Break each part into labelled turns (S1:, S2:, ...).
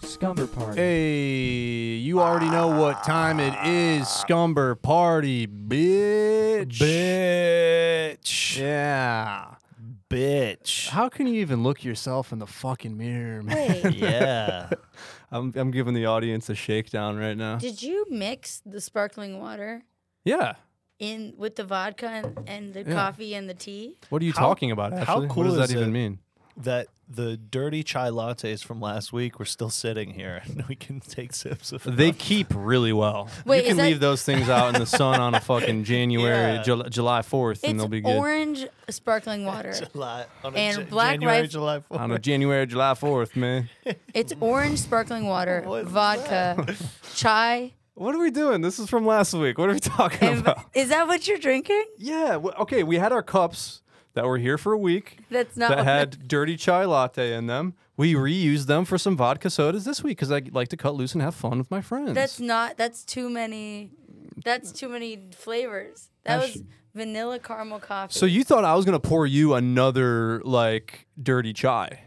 S1: Scumber party.
S2: Hey, you already know what time it is. Scumber party, bitch.
S3: Bitch.
S2: Yeah.
S3: Bitch.
S2: How can you even look yourself in the fucking mirror, man?
S4: Wait,
S3: Yeah.
S2: I'm, I'm giving the audience a shakedown right now.
S4: did you mix the sparkling water
S2: Yeah.
S4: in with the vodka and, and the
S2: Yeah.
S4: coffee and the tea?
S2: What are you
S3: How-
S2: talking about,
S3: how
S2: Ashley?
S3: cool
S2: what does
S3: is
S2: that even
S3: it?
S2: mean?
S3: that the dirty chai lattes from last week were still sitting here and we can take sips of
S2: They
S3: them.
S2: keep really well.
S4: Wait,
S2: you can
S4: is that-
S2: leave those things out in the sun on a fucking January,
S3: Yeah.
S2: Jul- July 4th, and
S4: It's
S2: they'll be good.
S4: orange sparkling water.
S3: July, on
S4: And
S3: a Ja-
S4: Black
S3: January,
S4: Rif-
S3: July 4th.
S2: On a January, July 4th, man.
S4: It's orange sparkling water,
S3: What is
S4: vodka, chai.
S2: What are we doing? This is from last week. What are we talking
S4: And
S2: about?
S4: is that what you're drinking?
S2: Yeah. w- Okay. We had our cups that were here for a week
S4: That's not
S2: that
S4: what
S2: had dirty chai latte in them. We reused them for some vodka sodas this week because I like to cut loose and have fun with my friends.
S4: That's not. That's too many. That's too many flavors. That
S2: Ash-
S4: was vanilla caramel coffee.
S2: so you thought I was gonna pour you another like dirty chai?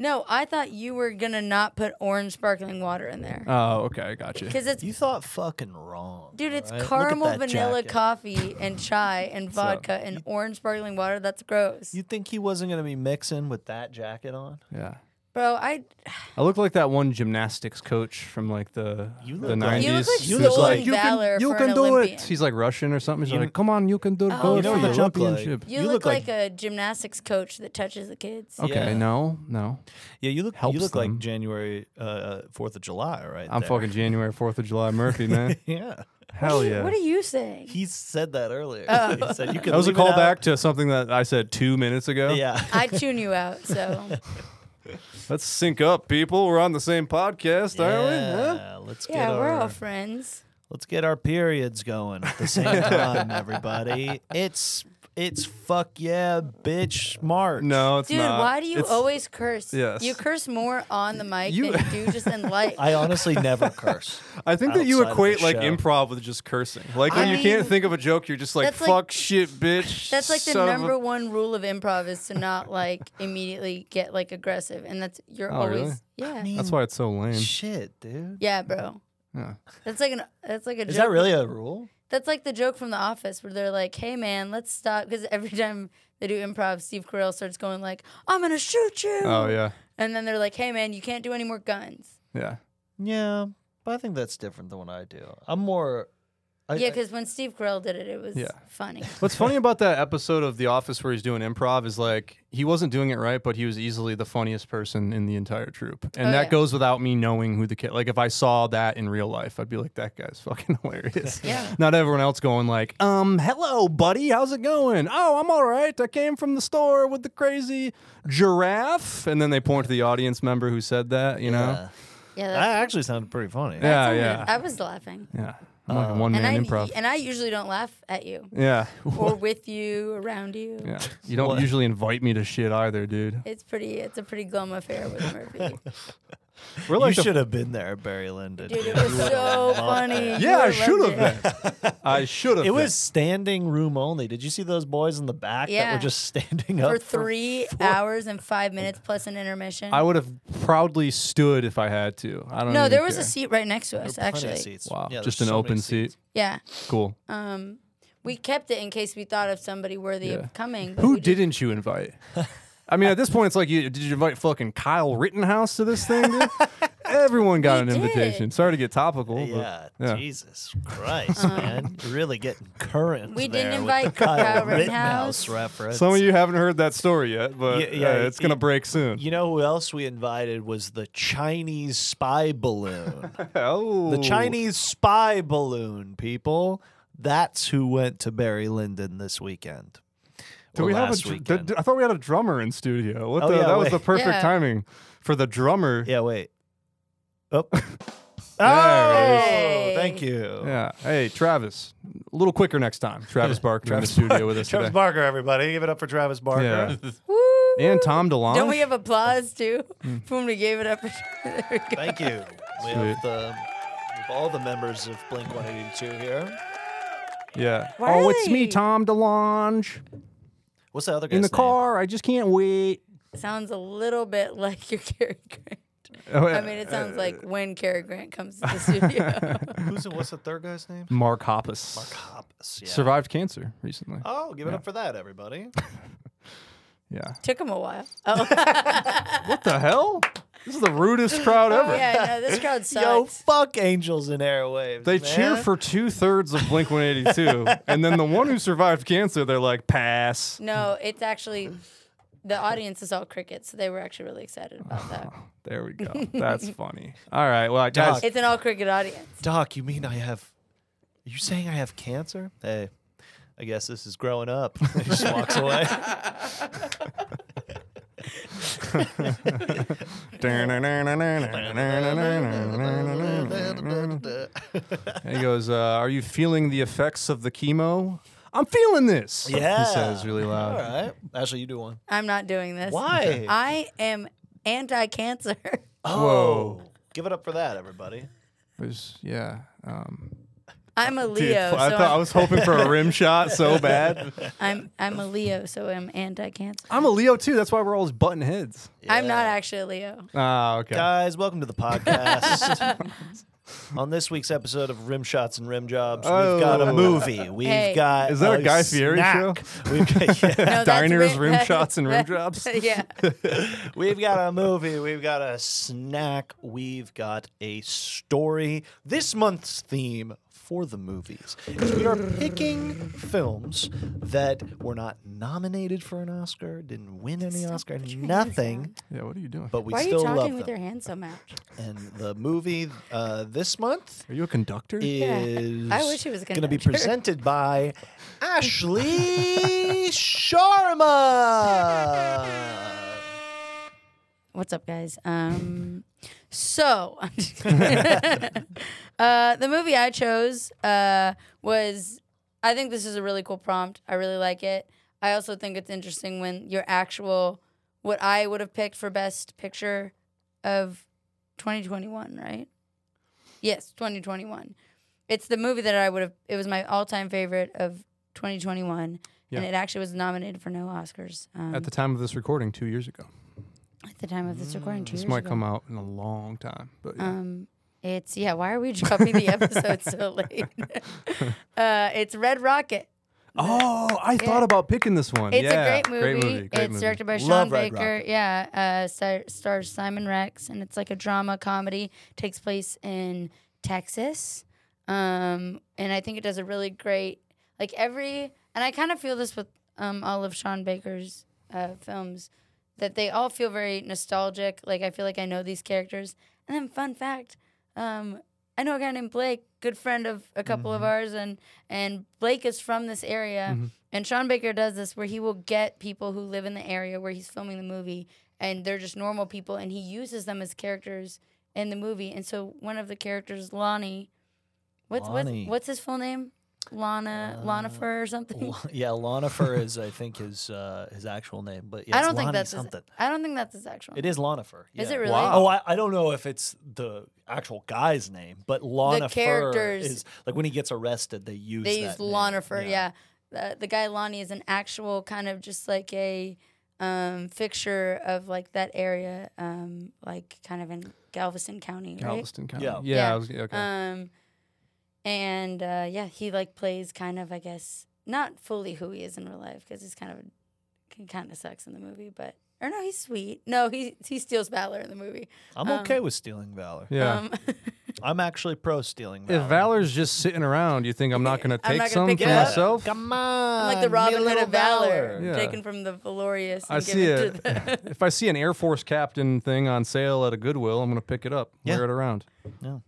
S4: no, I thought you were gonna not put orange sparkling water in there
S2: Oh, okay, I got you.
S4: because it's
S3: You thought fucking wrong.
S4: dude, it's
S3: right? Look at
S4: caramel
S3: that
S4: vanilla
S3: jacket.
S4: coffee and chai and vodka and orange sparkling water. That's gross,
S3: You think he wasn't going to be mixing with that jacket on?
S2: Yeah,
S4: bro. I
S2: I look like that one gymnastics coach from like the
S3: You
S2: the
S3: look like-
S2: nineties.
S3: You
S4: look like
S3: You look like-
S4: Stolen Valor
S2: you
S4: for
S2: can
S4: an
S2: do
S4: Olympian."
S2: it. He's like Russian or something. He's
S3: You-
S2: like, come on, you can do it.
S4: Oh,
S2: Go
S4: You know
S2: for
S4: what
S2: the
S3: you look like?
S2: championship.
S4: you,
S3: You
S4: look,
S3: look
S4: like,
S3: like-
S4: a gymnastics coach that touches the kids.
S2: Okay,
S3: Yeah.
S2: no, no.
S3: Yeah, you look
S2: Helps
S3: you look
S2: them.
S3: like January uh, 4th of July, right?
S2: I'm
S3: there.
S2: fucking January Fourth of July Murphy, man.
S3: Yeah.
S2: Hell yeah.
S4: What are you saying?
S3: He said that earlier.
S4: Oh.
S3: he said you could
S2: That was a
S3: leave it out."
S2: callback to something that I said two minutes ago.
S3: Yeah.
S4: I tune you out, so
S2: Let's sync up, people. We're on the same podcast, aren't we? Huh?
S3: Yeah, let's get
S4: yeah,
S3: our
S4: we're all friends.
S3: Let's get our periods going at the same time, everybody. It's it's fuck yeah, bitch March.
S2: No, it's
S4: Dude,
S2: not.
S4: why do you
S2: It's-
S4: always curse?
S2: Yes.
S4: You curse more on the mic
S2: You-
S4: than you do just in life.
S3: I honestly never curse.
S2: I think that you
S3: outside of the
S2: equate like
S3: show.
S2: improv with just cursing. Like when
S4: I
S2: you can't
S4: mean,
S2: think of a joke, you're just like,
S4: that's
S2: "Fuck
S4: like-
S2: shit, bitch."
S4: that's like the
S2: son of a-"
S4: number one rule of improv is to not like immediately get like aggressive, and that's you're
S2: Oh, really?
S4: always yeah,
S2: That's why it's so lame.
S3: Shit, dude.
S4: yeah, bro.
S2: Yeah.
S4: That's like an that's like a
S3: Is
S4: joke.
S3: that really a rule?
S4: That's like the joke from The Office where they're like, "Hey man, let's stop," because every time they do improv, Steve Carell starts going like, "I'm gonna shoot you,"
S2: Oh yeah,
S4: and then they're like, "Hey man, you can't do any more guns."
S2: yeah.
S3: Yeah, but I think that's different than what I do. I'm more. I,
S4: Yeah,
S3: I-
S4: because when Steve Carell did it, it was
S2: Yeah.
S4: funny.
S2: What's funny about that episode of The Office where he's doing improv is like he wasn't doing it right, but he was easily the funniest person in the entire troop, and
S4: Oh,
S2: that
S4: yeah.
S2: goes without me knowing who the kid. Like if I saw that in real life, I'd be like, "That guy's fucking hilarious."
S4: Yeah.
S2: Not everyone else going like, "Um, hello, buddy, how's it going? Oh, I'm all right. I came from the store with the crazy giraffe," and then they point to the audience member who said that. You know?
S3: yeah.
S4: Yeah,
S3: that actually sounded pretty funny.
S2: Yeah.
S4: That's
S2: Ah, yeah.
S4: all right. I was laughing.
S2: Yeah. I'm like one
S4: And I,
S2: man improv.
S4: and I usually don't laugh at you
S2: yeah.
S4: or with you, around you.
S2: Yeah. You don't usually invite me to shit either, dude.
S4: It's pretty. It's a pretty glum affair with Murphy.
S2: We're
S3: You
S2: like the
S3: should have been there, Barry Lyndon.
S4: Dude, it was so funny. You
S2: Yeah, I
S4: would've
S2: should
S4: loved it.
S2: have been. I should have.
S3: It was standing room only. Did you see those boys in the back that
S4: Yeah.
S3: were just standing up
S4: for three hours and five minutes plus an intermission.
S2: Been. I would have proudly stood if I had to. I don't.
S4: no,
S2: even
S4: there was
S2: care.
S4: a seat right next to us
S3: Plenty of
S4: actually.
S3: seats.
S2: Wow,
S3: Yeah, there's
S2: just an
S3: so many
S2: open
S3: seats.
S2: seat.
S4: Yeah.
S2: Cool.
S4: Um, we kept it in case we thought of somebody worthy
S2: Yeah.
S4: of coming. But
S2: Who
S4: we didn't.
S2: didn't you invite? I mean, at this point, it's like, you, did you invite fucking Kyle Rittenhouse to this thing? Dude? Everyone got
S4: We
S2: an invitation.
S4: did.
S2: Sorry to get topical.
S3: Yeah,
S2: but, yeah.
S3: Jesus Christ, man. You're really getting current.
S4: Um, We
S3: there with
S4: didn't invite
S3: the Kyle
S4: Kyle Rittenhouse.
S3: Rittenhouse reference.
S2: Some of you haven't heard that story yet, but
S3: Yeah, yeah,
S2: uh, it's gonna
S3: y-
S2: break soon.
S3: You know who else we invited was the Chinese spy balloon.
S2: oh,
S3: the Chinese spy balloon, people. That's who went to Barry Lyndon this weekend.
S2: Do
S3: Or
S2: we have a?
S3: last
S2: dr-
S3: weekend.
S2: did- I thought we had a drummer in studio. What
S3: Oh,
S2: the?
S3: yeah,
S2: that was
S3: wait.
S2: the perfect
S4: Yeah.
S2: timing for the drummer.
S3: yeah, wait. Oh. oh,
S2: There
S4: it is.
S3: thank you.
S2: Yeah. Hey, Travis, a little quicker next time. Travis Barker in the studio with us
S3: Travis
S2: today.
S3: Barker, everybody. Give it up for Travis Barker.
S2: Yeah.
S4: Woo!
S2: and Tom Mm. DeLonge.
S4: Don't we have applause too? when we gave it up. For, there we go.
S3: Thank you. We
S2: Sweet.
S3: have the we have all the members of Blink 182 here.
S2: yeah.
S4: Why
S2: oh,
S4: are
S2: it's me,
S4: they-
S2: Tom DeLonge,
S3: What's the other guy's
S2: in the
S3: name?
S2: car. I just can't wait.
S4: Sounds a little bit like your Cary Grant. I mean, it sounds like
S3: Uh,
S4: when Cary Grant comes to the studio.
S3: Who's the, what's the third guy's name?
S2: Mark Hoppus
S3: Hoppus. Yeah.
S2: survived cancer recently.
S3: Oh, give it up for that, everybody.
S2: Yeah.
S4: Took him a while. Oh,
S2: What the hell? This is the rudest crowd ever.
S4: Oh, yeah, no, this crowd sucks.
S3: Yo, fuck Angels and Airwaves.
S2: They
S3: man.
S2: cheer for two thirds of Blink 182, and then the one who survived cancer, they're like, pass.
S4: No, it's actually the audience is all crickets, so they were actually really excited about that.
S2: There we go. That's funny. All right. Well, guys,
S4: It's an all cricket audience.
S3: Doc, you mean I have? Are you saying I have cancer? Hey, I guess this is growing up. he just walks away.
S2: And he goes, uh, Are you feeling the effects of the chemo? I'm feeling this.
S3: yeah,
S2: He says really loud.
S3: All right, Ashley, you do one.
S4: I'm not doing this.
S3: Why?
S4: I am anti cancer.
S2: Whoa.
S3: Give it up for that, everybody.
S2: There's- yeah. Um,
S4: I'm a Leo,
S2: dude,
S4: so
S2: I, thought, I
S4: I'm,
S2: was hoping for a rim shot so bad.
S4: I'm I'm a Leo, so I'm anti cancer.
S2: I'm a Leo too. That's why we're always button heads.
S4: I'm not
S3: Yeah.
S4: actually a Leo.
S2: Ah, okay.
S3: Guys, welcome to the podcast. On this week's episode of Rim Shots and Rim Jobs, we've got a
S2: Oh.
S3: movie. We've
S4: Hey.
S3: got
S2: Is that a Guy Fieri
S3: snack. We've got, yeah.
S4: No, that's
S2: Diners,
S4: Rim-
S2: rim shots, and rim jobs.
S4: yeah.
S3: We've got a movie. We've got a snack. We've got a story. This month's theme for the movies is we are picking films that were not nominated for an Oscar, didn't win any Oscar, nothing,
S2: Yeah, what are you doing?
S3: but we
S4: Why are you
S3: still
S4: talking
S3: love
S4: with
S3: them.
S4: your hands so much?
S3: And the movie uh, this month
S2: Are you a conductor?
S3: is
S4: I wish he was a
S3: gonna be
S4: conductor.
S3: presented by Ashley Sharma.
S4: What's up, guys? Um, so, uh, the movie I chose uh, was. I think this is a really cool prompt. I really like it. I also think it's interesting when your actual, what I would have picked for best picture of 2021, right? Yes, 2021. It's the movie that I would have, it was my all time favorite of 2021.
S2: Yeah.
S4: And it actually was nominated for no Oscars um,
S2: At the time of this recording, two years ago.
S4: at the time of this recording. Two
S2: This
S4: years
S2: might
S4: ago.
S2: come out in a long time, but yeah.
S4: Um, it's yeah. Why are we dropping the episode so late? uh, it's Red Rocket.
S2: oh, I thought about picking this one.
S4: It's
S2: yeah,
S4: a great movie.
S2: great
S4: it's
S2: movie.
S4: directed by Sean
S3: Love Red
S4: Baker. Yeah, uh, star- stars Simon Rex, and it's like a drama comedy. Takes place in Texas, um, and I think it does a really great like every. And I kind of feel this with um, all of Sean Baker's uh, films that they all feel very nostalgic. Like I feel like I know these characters. And then fun fact, um, I know a guy named Blake, good friend of a couple
S3: Mm-hmm.
S4: of ours, and and Blake is from this area. And Sean Baker does this where he will get people who live in the area where he's filming the movie, and they're just normal people, and he uses them as characters in the movie. And so one of the characters, Lonnie, what's
S3: Lonnie.
S4: what's what's his full name? Lana Lonifer or something.
S3: L- yeah, Lonifer is I think his uh, his actual name, but yeah,
S4: I
S3: it's
S4: don't think
S3: Lonnie
S4: that's his,
S3: something.
S4: I don't think that's his actual.
S3: It is Lonifer.
S4: Is
S3: yeah.
S4: it really?
S2: Wow.
S3: Oh, I, I don't know if it's the actual guy's name, but Lonifer
S4: characters-
S3: is like when he gets arrested, they use
S4: They
S3: that
S4: use
S3: name.
S4: Lonifer, yeah. The, the guy Lonnie is an actual kind of just like a um, fixture of like that area, um, like kind of in Galveston County, right?
S2: Galveston County.
S3: Yeah.
S2: yeah.
S4: Yeah.
S2: I was, okay.
S4: Um, and uh, yeah, he like plays kind of, I guess, not fully who he is in real life because he's kind of, he kind of sucks in the movie, but or no, he's sweet. No, he he steals valor in the movie.
S3: I'm okay with stealing Valor.
S2: yeah.
S4: Um,
S3: I'm actually pro stealing Valor.
S2: if Valor's just sitting around, you think I'm not going to
S4: I'm
S2: take
S4: not
S2: some
S4: gonna pick
S2: for
S4: it up.
S2: myself?
S3: Come on.
S4: I'm like the
S3: me
S4: Robin Hood
S3: little
S4: of valor,
S2: Yeah.
S4: taken from the valorious. And
S2: I see
S4: given
S2: it.
S4: to the
S2: if I see an Air Force captain thing on sale at a Goodwill, I'm going to pick it up,
S3: Yeah.
S2: wear it around.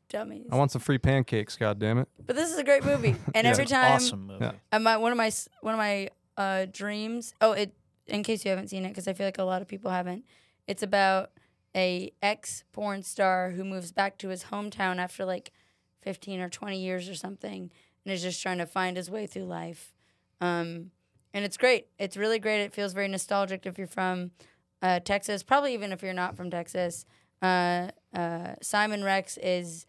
S4: dummies.
S2: I want some free pancakes, God damn it.
S4: But this is a great movie, and
S2: Yeah.
S4: every time
S3: Awesome movie.
S2: Yeah.
S4: uh, my one of my s- one of my uh, dreams. Oh, it. In case you haven't seen it, because I feel like a lot of people haven't. It's about a ex porn star who moves back to his hometown after like fifteen or twenty years or something, and is just trying to find his way through life. Um, and it's great. It's really great. It feels very nostalgic if you're from uh, Texas, probably even if you're not from Texas, uh, uh, Simon Rex is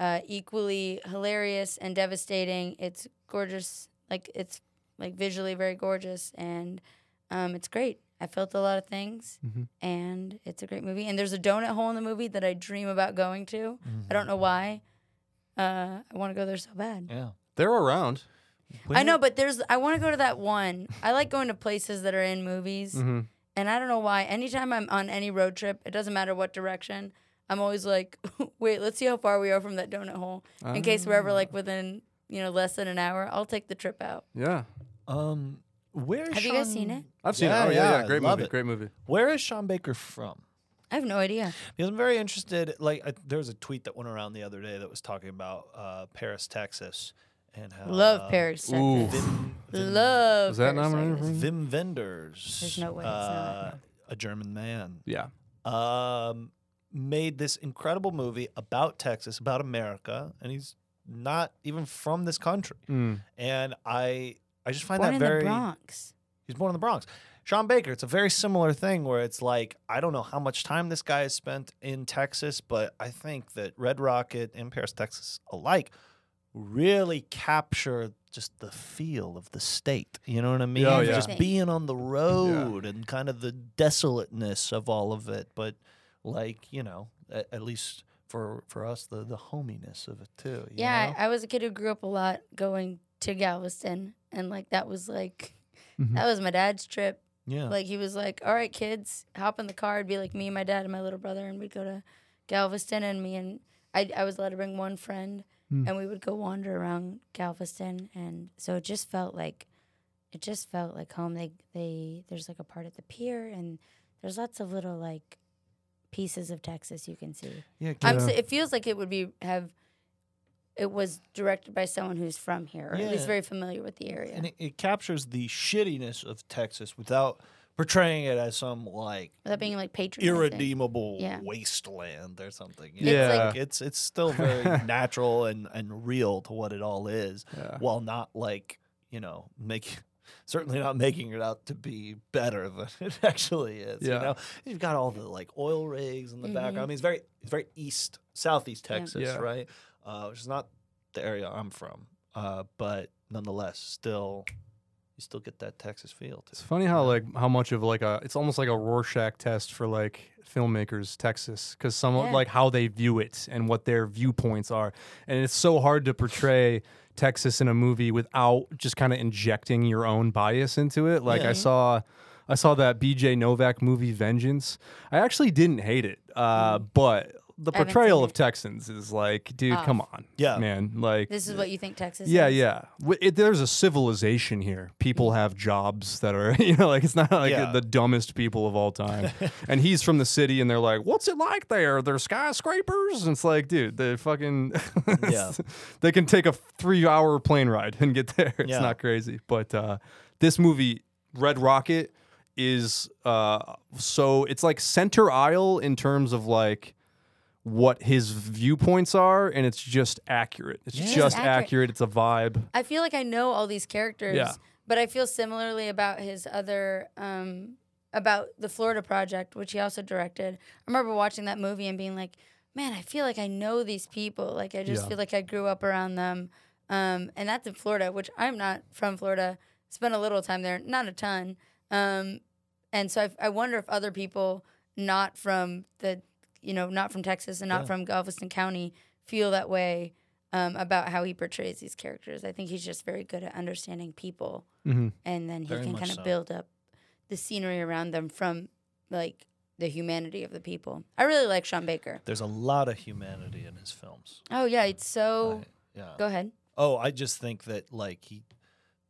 S4: uh, equally hilarious and devastating. It's gorgeous, like it's like visually very gorgeous, and um, it's great. I felt a lot of things,
S2: Mhm.
S4: and it's a great movie. And there's a donut hole in the movie that I dream about going to. I don't know why. Uh, I want to go there so bad.
S3: Yeah.
S2: They're around.
S4: I know, but there's. I want to go to that one. I like going to places that are in movies.
S2: Mm-hmm.
S4: And I don't know why. Anytime I'm on any road trip, it doesn't matter what direction, I'm always like, wait, let's see how far we are from that donut hole. In case we're ever
S2: Ah.
S4: like within, you know, less than an hour, I'll take the trip out.
S2: Yeah,
S3: Um, where is
S4: Have you guys
S3: Sean-
S4: seen it?
S2: I've seen
S3: Yeah,
S2: it. Oh yeah, yeah,
S3: yeah,
S2: great
S3: love
S2: movie,
S3: it.
S2: great movie.
S3: Where is Sean Baker from?
S4: I have no idea.
S3: Because I'm very interested. Like, I, there was a tweet that went around the other day that was talking about uh, Paris, Texas, and how
S4: Love
S3: uh,
S4: Paris, Texas.
S2: Ooh.
S3: Vim, Vim,
S4: Love.
S2: Was that
S4: Paris,
S2: nominated
S4: Texas.
S2: for anything?
S3: Vim Vendors.
S4: There's no way it's
S3: uh,
S4: not.
S3: a German man
S2: Yeah,
S4: Uh,
S3: um, made this incredible movie about Texas, about America, and he's not even from this country.
S2: Mm.
S3: And I, I just find
S4: Born
S3: that
S4: in
S3: very.
S4: the Bronx.
S3: He's born in the Bronx. Sean Baker, it's a very similar thing where it's like, I don't know how much time this guy has spent in Texas, but I think that Red Rocket and Paris, Texas alike really capture just the feel of the state. You know what I mean?
S2: Oh,
S3: Of
S2: yeah.
S3: Just being on the road and kind of the desolateness of all of it. But like, you know, at, at least for for us, the, the hominess of it too. you
S4: Yeah,
S3: know?
S4: I, I was a kid who grew up a lot going to Galveston, and like that was like
S2: Mhm.
S4: that was my dad's trip.
S3: yeah.
S4: Like he was like, "All right, kids, hop in the car." It'd be like me, and my dad, and my little brother, and we'd go to Galveston, and me and I, I was allowed to bring one friend,
S2: Hmm.
S4: and we would go wander around Galveston, and so it just felt like it just felt like home. They they there's like a part at the pier, and there's lots of little like pieces of Texas you can see.
S3: yeah,
S4: I'm
S2: Yeah.
S4: s it feels like it would be have it was directed by someone who's from here, or at
S3: Yeah.
S4: least very familiar with the area.
S3: and it, it captures the shittiness of Texas without portraying it as some like
S4: Without being like patronizing.
S3: irredeemable
S4: Yeah.
S3: wasteland or something.
S4: It's
S3: yeah,
S4: like-
S3: like, it's it's still very natural and and real to what it all is,
S2: yeah.
S3: while not like you know making. Certainly not making it out to be better than it actually is.
S2: Yeah.
S3: You know, you've got all the like oil rigs in the
S4: Mhm.
S3: background. I mean, it's very, it's very east, southeast
S4: Yeah.
S3: Texas,
S2: Yeah.
S3: right? Uh, which is not the area I'm from, uh, but nonetheless, still, you still get that Texas feel. To
S2: It's funny how like how much of like a it's almost like a Rorschach test for like filmmakers Texas because some of
S4: Yeah.
S2: like how they view it and what their viewpoints are and it's so hard to portray Texas in a movie without just kind of injecting your own bias into it like I
S3: Yeah.
S2: saw I saw that BJ Novak movie Vengeance I actually didn't hate it uh, but the
S4: Mm-hmm. I haven't
S2: portrayal
S4: seen
S2: of
S4: it.
S2: Texans is like dude
S4: Off.
S2: come on
S3: Yeah.
S2: man like
S4: This is what you think Texas
S2: yeah,
S4: is?
S2: yeah. W- It, there's a civilization here. People have jobs that are, you know, like it's not like
S3: Mm-hmm. Yeah.
S2: the dumbest people of all time. and he's from the city, and they're like, "What's it like there? There's skyscrapers." And it's like, dude, they fucking,
S3: Yeah.
S2: they can take a three-hour plane ride and get there. It's
S3: Yeah.
S2: not crazy. But uh, this movie, Red Rocket, is uh, so it's like center aisle in terms of like. What his viewpoints are, and it's just accurate. It's
S3: Yeah.
S2: just
S4: It's accurate.
S2: accurate. It's a vibe.
S4: I feel like I know all these characters,
S2: Yeah.
S4: but I feel similarly about his other um, about the Florida Project, which he also directed. I remember watching that movie and being like, "Man, I feel like I know these people. Like I just
S2: Yeah.
S4: feel like I grew up around them." Um, and that's in Florida, which I'm not from Florida. Spent a little time there, not a ton. Um, and so I, I wonder if other people not from the, you know, not from Texas and not
S3: Yeah.
S4: from Galveston County feel that way um, about how he portrays these characters. I think he's just very good at understanding people,
S2: Mhm.
S4: and then he
S3: Very
S4: can
S3: much
S4: kind of
S3: so.
S4: build up the scenery around them from like the humanity of the people. I really like Sean Baker.
S3: There's a lot of humanity in his films.
S4: Oh yeah, it's so.
S3: I- yeah.
S4: Go ahead.
S3: Oh, I just think that like he,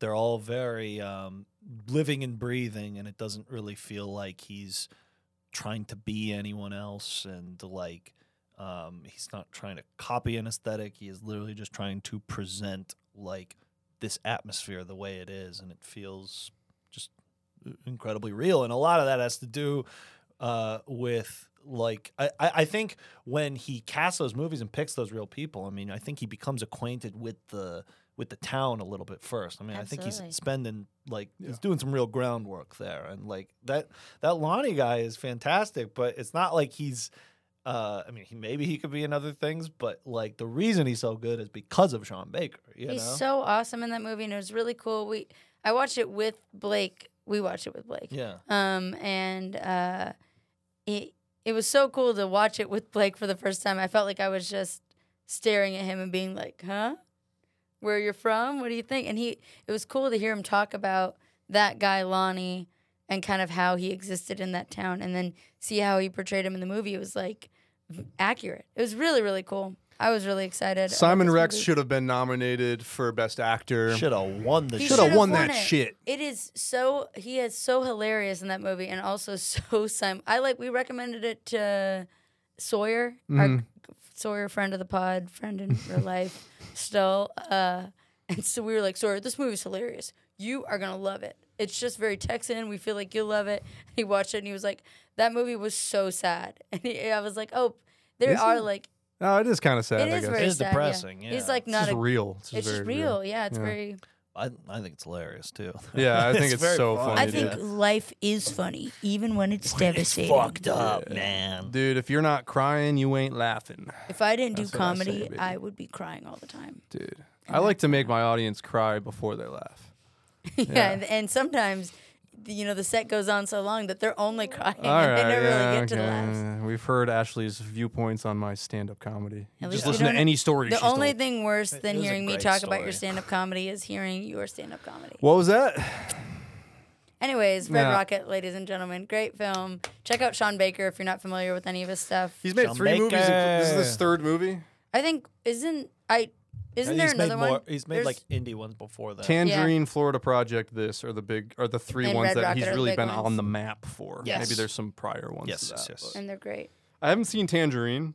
S3: they're all very um, living and breathing, and it doesn't really feel like he's trying to be anyone else, and like um, he's not trying to copy an aesthetic. He is literally just trying to present like this atmosphere the way it is, and it feels just uh, incredibly real. And a lot of that has to do uh, with like I, I I think when he casts those movies and picks those real people, I mean, I think he becomes acquainted with the with the town a little bit first. I mean, I think
S4: Absolutely.
S3: he's spending like he's doing some real groundwork there, and like that that Lonnie guy is fantastic, but it's not like he's. Uh, I mean, he, maybe he could be in other things, but like the reason he's so good is because of Sean Baker. You
S4: He's
S3: know?
S4: so awesome in that movie, and it was really cool. We I watched it with Blake. We watched it with Blake.
S3: yeah.
S4: Um, and uh, it it was so cool to watch it with Blake for the first time. I felt like I was just staring at him and being like, "Huh, where you're from? What do you think?" And he, it was cool to hear him talk about that guy Lonnie and kind of how he existed in that town, and then see how he portrayed him in the movie. It was like accurate. It was really really cool. I was really excited. about
S2: Simon
S4: this
S2: Rex
S4: movie.
S2: should have been nominated for Best Actor.
S3: Should have won the.
S4: He
S2: Should
S3: show.
S2: have
S4: should've
S2: won,
S4: won
S2: that
S4: it.
S2: shit.
S4: It is so he is so hilarious in that movie, and also so Simon. I like we recommended it to Sawyer,
S2: Mm-hmm.
S4: our Sawyer friend of the pod, friend in real life, still. Uh, and so we were like, Sawyer, this movie's hilarious. You are gonna love it. It's just very Texan. We feel like you'll love it. He watched it and he was like, that movie was so sad. And he, I was like, oh, there
S2: Is
S4: are
S2: it?
S4: like
S2: Oh, it is kind of sad.
S4: it
S2: I
S4: is
S2: guess.
S4: very
S3: It is
S4: sad, yeah.
S3: depressing, yeah.
S4: He's like
S2: it's
S4: not
S2: just
S4: a.
S2: real. It's just,
S4: It's just
S2: very
S4: real. Yeah, it's
S2: Yeah.
S4: very.
S3: I, I think it's hilarious too.
S2: Yeah, I think it's
S3: very
S2: so
S3: fun.
S2: funny,
S4: I
S2: dude.
S4: think life is funny, even when it's devastating.
S3: up, man.
S2: Dude, if you're not crying, you ain't laughing.
S4: If I didn't
S2: That's
S4: do
S2: what I say,
S4: comedy,
S2: baby.
S4: I, would be crying all the time.
S2: Dude, I like to make my audience cry before they laugh.
S4: yeah, and, and sometimes, you know, the set goes on so long that they're only crying.
S2: All right,
S4: they never
S2: yeah,
S4: really get to the
S2: okay.
S4: laughs.
S2: We've heard Ashley's viewpoints on my stand-up comedy.
S4: At
S2: Just
S4: least we
S2: listen to
S4: don't-
S2: any story.
S4: The
S2: she's
S4: only
S2: told.
S4: thing worse
S3: It
S4: than
S3: is a
S4: hearing me
S3: great
S4: talk about
S3: story.
S4: your stand up comedy is hearing your stand up comedy.
S2: What was that?
S4: Anyways, Red
S2: Nah.
S4: Rocket, ladies and gentlemen, great film. Check out Sean Baker if you're not familiar with any of his stuff.
S2: He's made
S3: Sean
S2: three movies. inclu- This is his
S3: Baker.
S2: third movie.
S4: I think isn't I isn't there
S3: he's
S4: another
S3: made more,
S4: one?
S3: He's made
S4: There's-
S3: like indie ones before that.
S2: Tangerine, Florida Project. This are the big, are the three
S4: And
S2: ones
S4: Red
S2: that
S4: Rocket
S2: he's
S4: are the
S2: really
S4: big
S2: been
S4: ones.
S2: on the map for.
S3: Yes.
S2: Maybe there's some prior ones.
S3: Yes,
S2: to
S3: yes,
S2: that,
S3: yes.
S2: but-
S4: and they're great.
S2: I haven't seen Tangerine,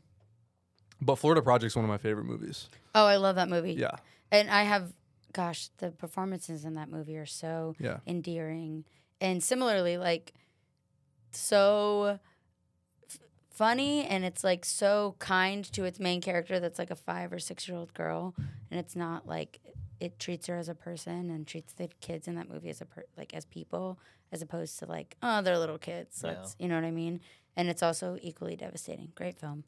S2: but Florida Project's one of my favorite movies.
S4: Oh, I love that movie.
S2: Yeah,
S4: And I have, gosh, the performances in that movie are so
S2: yeah.
S4: endearing. And similarly, like, so f- funny and it's like so kind to its main character that's like a five or six year old girl. And it's not like it treats her as a person and treats the kids in that movie as a per- like as people as opposed to like oh they're little kids
S3: Yeah.
S4: let's you know what i mean and it's also equally devastating great film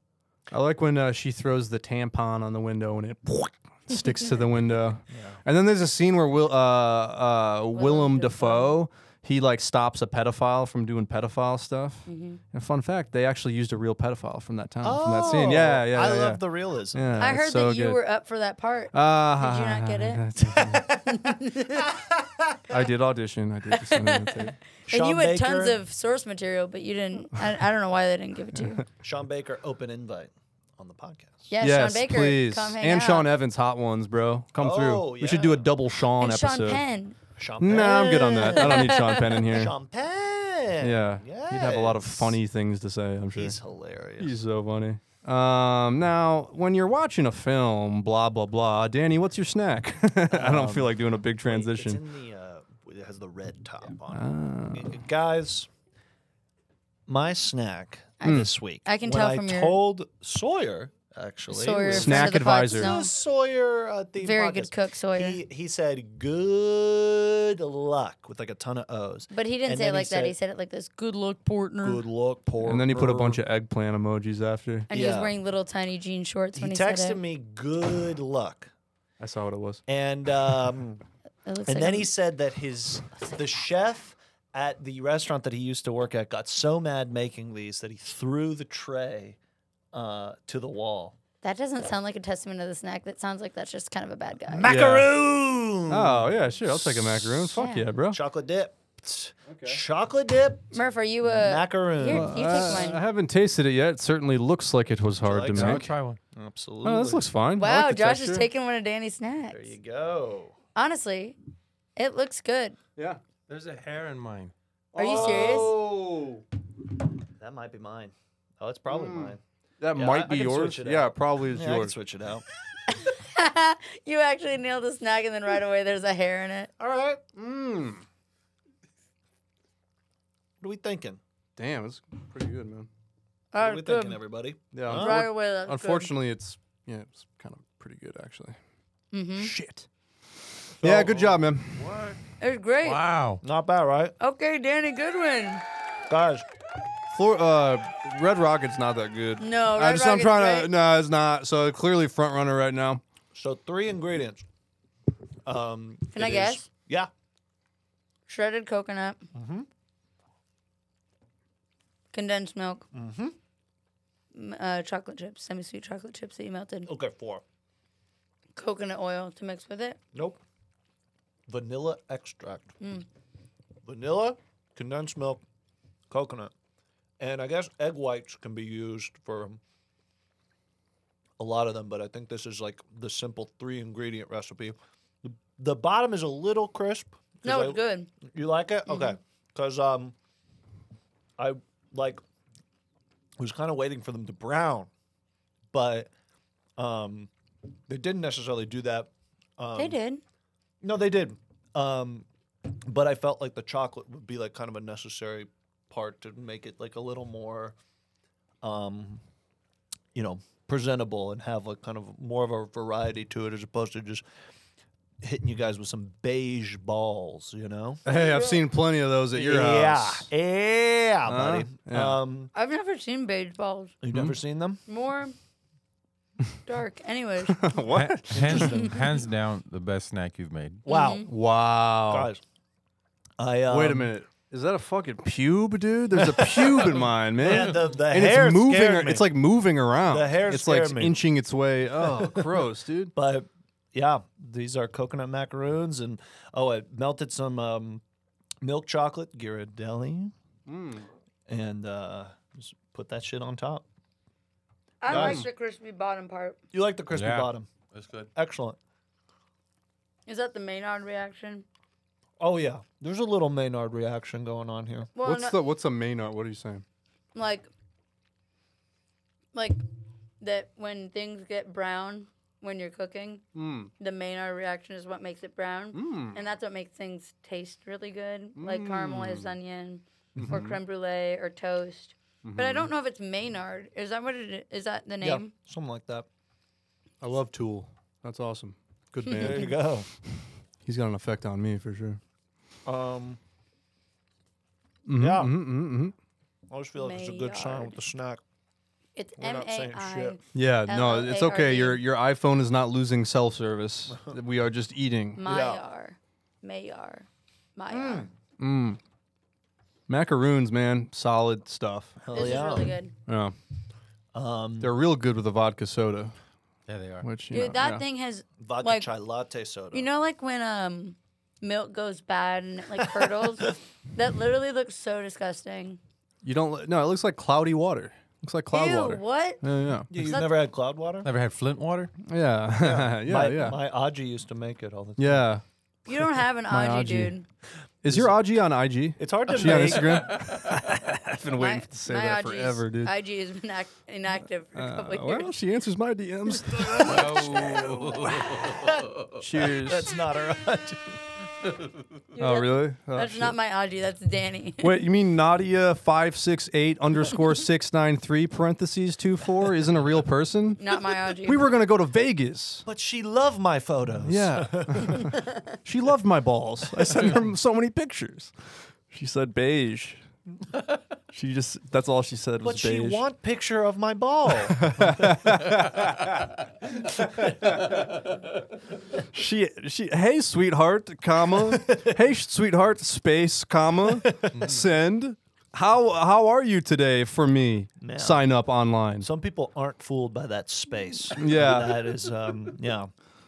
S2: I like when uh, she throws the tampon on the window and it sticks to the window. And then there's a scene where Will, uh, uh, Willem Dafoe, he like stops a pedophile from doing pedophile stuff.
S4: Mm-hmm.
S2: And fun fact, they actually used a real pedophile from that time, from that scene. Yeah, yeah,
S3: Oh, I
S2: yeah.
S3: love the realism.
S2: Yeah,
S4: i
S2: it's
S4: heard
S2: so
S4: that you
S2: good.
S4: were up for that part
S2: Uh,
S4: Did you not get
S2: it? I did audition. I did. Just send it to-
S4: and you
S3: Sean
S4: had
S3: Baker,
S4: tons of source material, but you didn't. I, I don't know why they didn't give it to you.
S3: Sean Baker open invite on the podcast.
S4: Yeah,
S2: yes,
S4: Sean Baker,
S2: please.
S4: come hang
S2: and Sean
S4: out.
S2: Evans, hot ones, bro. Come
S3: Oh,
S2: through. We should do a
S3: yeah.
S2: double Sean
S4: and
S2: episode.
S4: Sean Penn.
S3: Sean
S2: No,
S3: Penn.
S2: I'm good on that. I don't need Sean Penn in here.
S3: Sean Penn.
S2: Yeah. He'd have a lot of
S3: Yes.
S2: funny things to say, I'm sure.
S3: He's
S2: He's,
S3: hilarious.
S2: so funny. Um, now, when you're watching a film, blah, blah, blah, Danny, what's your snack? I don't feel like doing a big
S3: Wait, It's
S2: transition. Ah.
S3: in the, uh, it has the red top on it. Uh, Guys, my snack this week.
S4: I can
S3: when
S4: tell
S3: I
S4: from your-
S3: told Sawyer, actually.
S4: Sawyer,
S3: was-
S2: Snack
S4: friend of the pod,
S2: advisor.
S4: so-
S3: This is Sawyer uh, the
S4: Very
S3: podcast.
S4: good cook, Sawyer.
S3: He, he said good luck with like a ton of O's.
S4: but he didn't
S3: And
S4: say it
S3: then
S4: like that. He said it like this. Good luck, partner.
S3: good luck, poor.
S2: And then he put a bunch
S3: girl."
S2: of eggplant emojis after.
S4: and he was
S3: Yeah.
S4: wearing little tiny jean shorts
S3: He
S4: when he said eh?
S3: texted
S4: it.
S3: me good luck,
S2: I saw what it was.
S3: and um,
S4: It looks
S3: and
S4: like
S3: then
S4: a-
S3: he said that his the chef at the restaurant that he used to work at got so mad making these that he threw the tray uh, to the wall.
S4: that doesn't sound like a testament of the snack. That sounds like that's just kind of a bad guy.
S3: Macaroon.
S2: Oh, yeah, sure. I'll take a macaroon. Fuck
S4: Yeah.
S2: yeah, bro.
S3: Chocolate dip. Chocolate dip.
S4: Murph, are you a
S3: Macaroon.
S4: Here, you
S2: Uh,
S4: take
S2: I
S4: mine.
S2: haven't tasted it yet. It certainly looks like it was hard
S3: like
S2: to
S3: it?
S5: Now I'll
S2: make.
S5: try one.
S3: Absolutely.
S2: Oh, this looks fine. I
S4: Wow,
S2: like the
S4: Josh is
S2: texture.
S4: taking one of Danny's snacks.
S3: There you go.
S4: Honestly, it looks good.
S2: Yeah.
S5: There's a hair in mine.
S4: Are you serious?
S3: Oh.
S2: Oh.
S3: That might be mine. Oh, it's probably mine.
S2: That
S3: Yeah, I- I
S2: might be
S3: can switch
S2: yours.
S3: it
S2: Yeah,
S3: out.
S2: it probably is
S3: Yeah, I can
S2: Hmm. yours.
S3: switch it out.
S4: you actually nailed the snack, and then right away there's a hair in it.
S3: All right.
S2: Mmm.
S3: What are we thinking?
S2: Damn, it's pretty good, man.
S3: What
S4: Oh,
S3: are we
S4: good.
S3: thinking, everybody?
S2: Yeah.
S3: Huh?
S4: Right
S2: unfor-
S4: away, that's good. Mm-hmm.
S2: unfortunately, it's yeah, it's kind of pretty good actually. Shit. Yeah, good job, man.
S4: It's great.
S5: Wow.
S3: Not bad, right?
S4: Okay, Danny Goodwin.
S3: Guys,
S2: Flor- uh, Red Rocket's not that good.
S4: No,
S2: I
S4: Red
S2: just, I'm
S4: Rocket's
S2: trying to.
S4: great.
S2: No, it's not. So clearly front runner right now.
S3: so three ingredients. Um,
S4: Can
S3: it
S4: I
S3: is-
S4: guess?
S3: Yeah.
S4: Shredded coconut. Condensed milk. m- Uh, chocolate chips, semi-sweet chocolate chips that you melted.
S3: Okay, four.
S4: Coconut oil to mix with it.
S3: Nope. Vanilla extract.
S4: Hmm.
S3: Vanilla, condensed milk, coconut. And I guess egg whites can be used for a lot of them, but I think this is like the simple three ingredient recipe. The, the bottom is a little crisp. 'cause
S4: No,
S3: I-
S4: it's good. Mm-hmm.
S3: You like it? Okay. Because um, I like was kind of waiting for them to brown, but um, they didn't necessarily do that. Um,
S4: they did.
S3: no, they did. Um, but I felt like the chocolate would be like kind of a necessary part to make it like a little more, um, you know, presentable and have like kind of more of a variety to it as opposed to just hitting you guys with some beige balls, you know?
S2: Hey, I've seen plenty of those at your
S3: yeah,
S2: house.
S3: yeah,
S2: Huh?
S3: buddy.
S2: Yeah. Mm-hmm.
S3: Um,
S4: I've never seen beige balls.
S3: you've never seen them?
S4: More dark. Anyways,
S2: what?
S5: Ha- Hands, hands down, the best snack you've made.
S3: Wow,
S2: Wow.
S3: guys. I um,
S2: Wait a minute. Is that a fucking pube, dude? There's a pube in mine, man.
S3: Yeah, the- the
S2: and
S3: hair
S2: it's moving.
S3: scared me.
S2: It's like moving around.
S3: The hair
S2: It's like
S3: scared me.
S2: inching its way. Oh, gross, dude.
S3: But yeah, these are coconut macaroons, and oh, I melted some um, milk chocolate Ghirardelli, and uh, just put that shit on top.
S4: I
S3: Nice.
S4: like the crispy bottom part.
S3: You like the crispy
S5: Yeah.
S3: bottom?
S5: That's good.
S3: Excellent.
S4: Is that the Maynard reaction?
S3: Oh yeah, there's a little Maynard reaction going on here.
S4: Well,
S2: what's
S4: no-
S2: the what's a main art? What are you saying?
S4: like like that when things get brown when you're cooking the maynard reaction is what makes it brown and that's what makes things taste really good like caramelized onion or creme brulee or toast but i don't know if it's maynard is that what it is, is that the
S3: Yeah,
S4: name
S3: something like that.
S2: I love Tool. That's awesome. Good
S3: There you
S2: band.
S3: go.
S2: He's got an effect on me for sure.
S3: Um, yeah,
S2: Mm-hmm.
S3: I always feel like it's a good sign with
S4: Maynard.
S3: the snack.
S4: it's
S3: We're not saying
S4: m-a-i
S3: shit.
S2: Yeah, no, it's okay.
S4: L-O-A-R-D.
S2: Your your iPhone is not losing cell service. We are just eating.
S4: mayar mayar mayar
S2: Mm. Macaroons, man, solid stuff.
S3: Hell
S4: this
S3: yeah.
S4: is really good
S2: Yeah,
S3: Um,
S2: they're real good with the vodka soda,
S5: Yeah, they are.
S2: which you
S4: dude
S2: know,
S4: that
S2: yeah.
S4: thing has
S3: vodka
S4: like-
S3: chai latte soda.
S4: You know, like when um milk goes bad and it like curdles. that literally looks so disgusting.
S2: You don't li- no, it looks like cloudy water. Looks like cloud
S4: Ew,
S2: water.
S4: what?
S2: Yeah, yeah.
S3: Yeah, you've
S4: that-
S3: never had cloud water?
S5: Never had Flint water?
S2: Yeah. Yeah, yeah.
S3: my, my Aji used to make it all the time.
S2: yeah.
S4: You don't have an
S2: My
S4: Aji,
S2: Aji.
S4: dude.
S2: Is your IG on IG?
S3: It's hard to
S2: Is she on
S3: make.
S2: Instagram? I've been waiting to say
S4: my
S2: that
S4: Aji's-
S2: forever, dude.
S4: Aji has been act- inactive for a
S2: Uh,
S4: couple
S2: well,
S4: years.
S2: she answers my DMs. Cheers.
S3: That's not her Aji.
S2: oh, really? Oh,
S4: That's
S2: shit.
S4: not my Aji. That's Danny.
S2: Wait, you mean Nadia five six eight underscore six nine three parentheses two four isn't a real person?
S4: Not my Aji.
S2: We were gonna go to Vegas.
S3: But she loved my photos.
S2: Yeah. she loved my balls. I sent her so many pictures. She said beige. She just that's all she said was
S3: But she
S2: beige.
S3: want picture of my ball.
S2: she she hey sweetheart, comma. hey sweetheart, space, comma. send. How how are you today for me?
S3: Yeah.
S2: Sign up online.
S3: Some people aren't fooled by that space.
S2: Yeah.
S3: That is um yeah.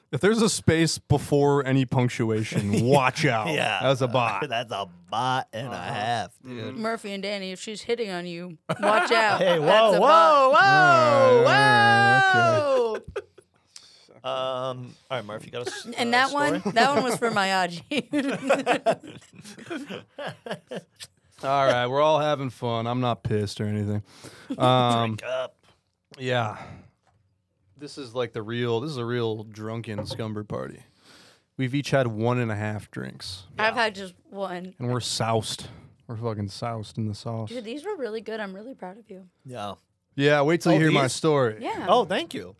S2: If there's a space before any punctuation, watch out.
S3: Yeah.
S2: As a bot. Uh-huh.
S3: That's a bot and a half. dude.
S4: Murphy and Danny, if she's hitting on you, watch out.
S3: Hey,
S4: That's
S3: whoa,
S4: a bot.
S3: whoa, whoa,
S2: Alright,
S3: whoa. Um all right, Murph, you got a s-
S4: And
S3: uh,
S4: that
S3: story?
S4: one, that one was for my Aji.
S2: All right, we're all having fun. I'm not pissed or anything. Um,
S3: Drink up.
S2: yeah, this is like the real. This is a real drunken scumber party. We've each had one and a half drinks,
S4: I've had just one.
S2: and we're soused. We're fucking soused in the sauce.
S4: Dude, these were really good. I'm really proud of you.
S3: Yeah.
S2: Yeah, wait till
S3: Oh,
S2: you hear my
S3: these?
S2: story.
S4: Yeah.
S3: Oh, thank you.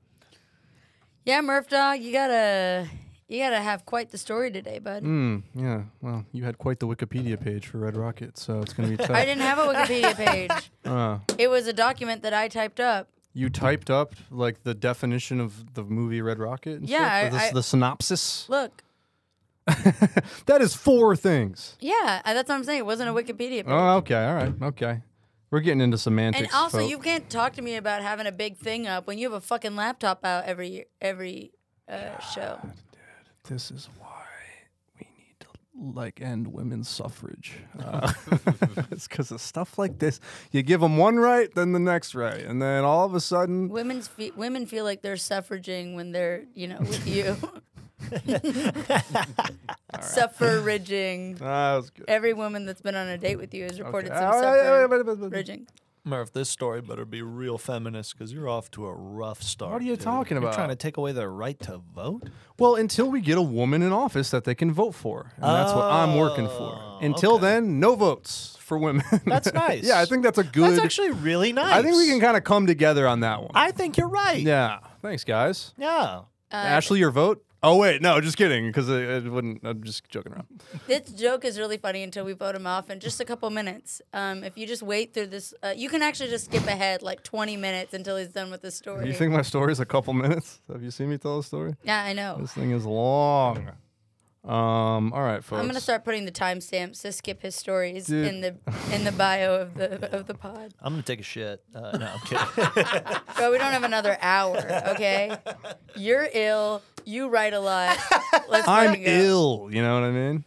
S4: Yeah, Murph Dog, you gotta You gotta have quite the story today, bud.
S2: Mm, yeah. Well, you had quite the Wikipedia page for Red Rocket, so it's gonna be tough.
S4: I didn't have a Wikipedia page.
S2: Uh,
S4: It was a document that I typed up.
S2: you typed up like the definition of the movie Red Rocket. And
S4: Yeah,
S2: stuff?
S4: I-
S2: the,
S4: I-
S2: the synopsis.
S4: Look,
S2: That is four things.
S4: yeah, I- that's what I'm saying. It wasn't a Wikipedia page.
S2: Oh, okay. All right. Okay. We're getting into semantics.
S4: and also,
S2: folk.
S4: you can't talk to me about having a big thing up when you have a fucking laptop out every year, every uh, show.
S2: This is why we need to like end women's suffrage. Uh, it's because of stuff like this. You give them one right, then the next right, and then all of a sudden,
S4: Women's fe- women feel like they're suffraging when they're you know with you. Suffraging.
S2: ah, that was good.
S4: Every woman that's been on a date with you has reported
S2: Okay. Ah, Oh,
S4: some
S2: All right, all right, all
S4: suffering.
S2: right, all right, all right.
S3: Murph, this story better be real feminist because you're off to a rough start.
S2: What are you
S3: dude.
S2: talking
S3: You're
S2: about?
S3: trying to take away their right to vote?
S2: Well, until we get a woman in office that they can vote for, and that's what I'm working for.
S3: Oh,
S2: Until
S3: okay.
S2: then, no votes for women.
S3: That's nice.
S2: yeah, I think that's a good.
S3: That's actually really nice.
S2: I think we can kind of come together on that one.
S3: I think you're right.
S2: yeah. Thanks, guys.
S3: Yeah.
S4: Uh,
S2: Ashley, your vote. Oh wait, no, just kidding. Because it, it wouldn't. I'm just joking around.
S4: This joke is really funny until we vote him off in just a couple minutes. Um, if you just wait through this, uh, you can actually just skip ahead like 20 minutes until he's done with the story.
S2: You think my story is a couple minutes? Have you seen me tell a story?
S4: yeah, I know.
S2: This thing is long. Um. All right, folks.
S4: I'm gonna start putting the timestamps to skip his stories
S2: Dude.
S4: in the in the bio of the of the pod.
S3: I'm going to take a shit. Uh, no, I'm kidding.
S4: But we don't have another hour, okay? You're ill. You write a lot. Let's
S2: I'm
S4: fucking go.
S2: ill. You know what I mean?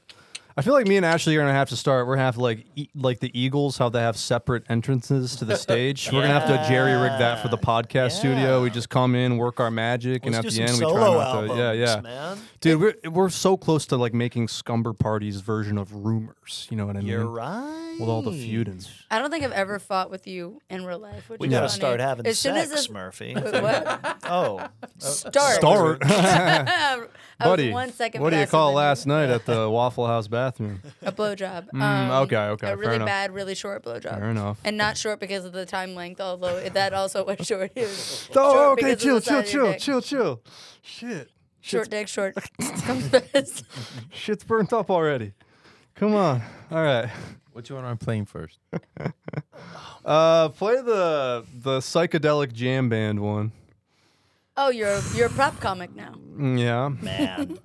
S2: I feel like me and Ashley are gonna have to start. We're gonna have to like e- like the Eagles, how they have separate entrances to the stage. We're gonna have to jerry rig that for the podcast studio. We just come in, work our magic, and
S3: Let's
S2: at
S3: do
S2: the
S3: some
S2: end we try
S3: solo
S2: not
S3: albums,
S2: to. Yeah, yeah.
S3: man.
S2: Dude, we're we're so close to like making Scumber Party's version of Rumors. You know what I mean?
S3: You're right.
S2: With all the feuding.
S4: I don't think I've ever fought with you in real life. Which
S3: We
S4: is
S3: got to
S4: funny.
S3: start having
S4: as soon
S3: sex,
S4: as this,
S3: Murphy.
S4: Wait, what?
S3: Oh.
S4: Start.
S2: Start.
S4: I was
S2: Buddy,
S4: one second
S2: what do you
S4: faster
S2: call
S4: than
S2: last night at the Waffle House bathroom?
S4: A blowjob.
S2: Mm,
S4: Um,
S2: okay, okay,
S4: A
S2: fair
S4: really
S2: enough.
S4: bad, really short blowjob.
S2: Fair enough.
S4: Uh, And not short because of the time length, although that also was short. It was
S2: Oh,
S4: short
S2: okay,
S4: because
S2: chill,
S4: of the
S2: chill,
S4: size of your
S2: chill,
S4: dick.
S2: chill, chill. Shit,
S4: Short dick, short. comes first.
S2: shit's burnt up already. Come on. All right.
S5: What you want on playing first?
S2: Uh, play the the psychedelic jam band one.
S4: oh, you're you're a prop comic now.
S2: Mm, Yeah.
S3: Man.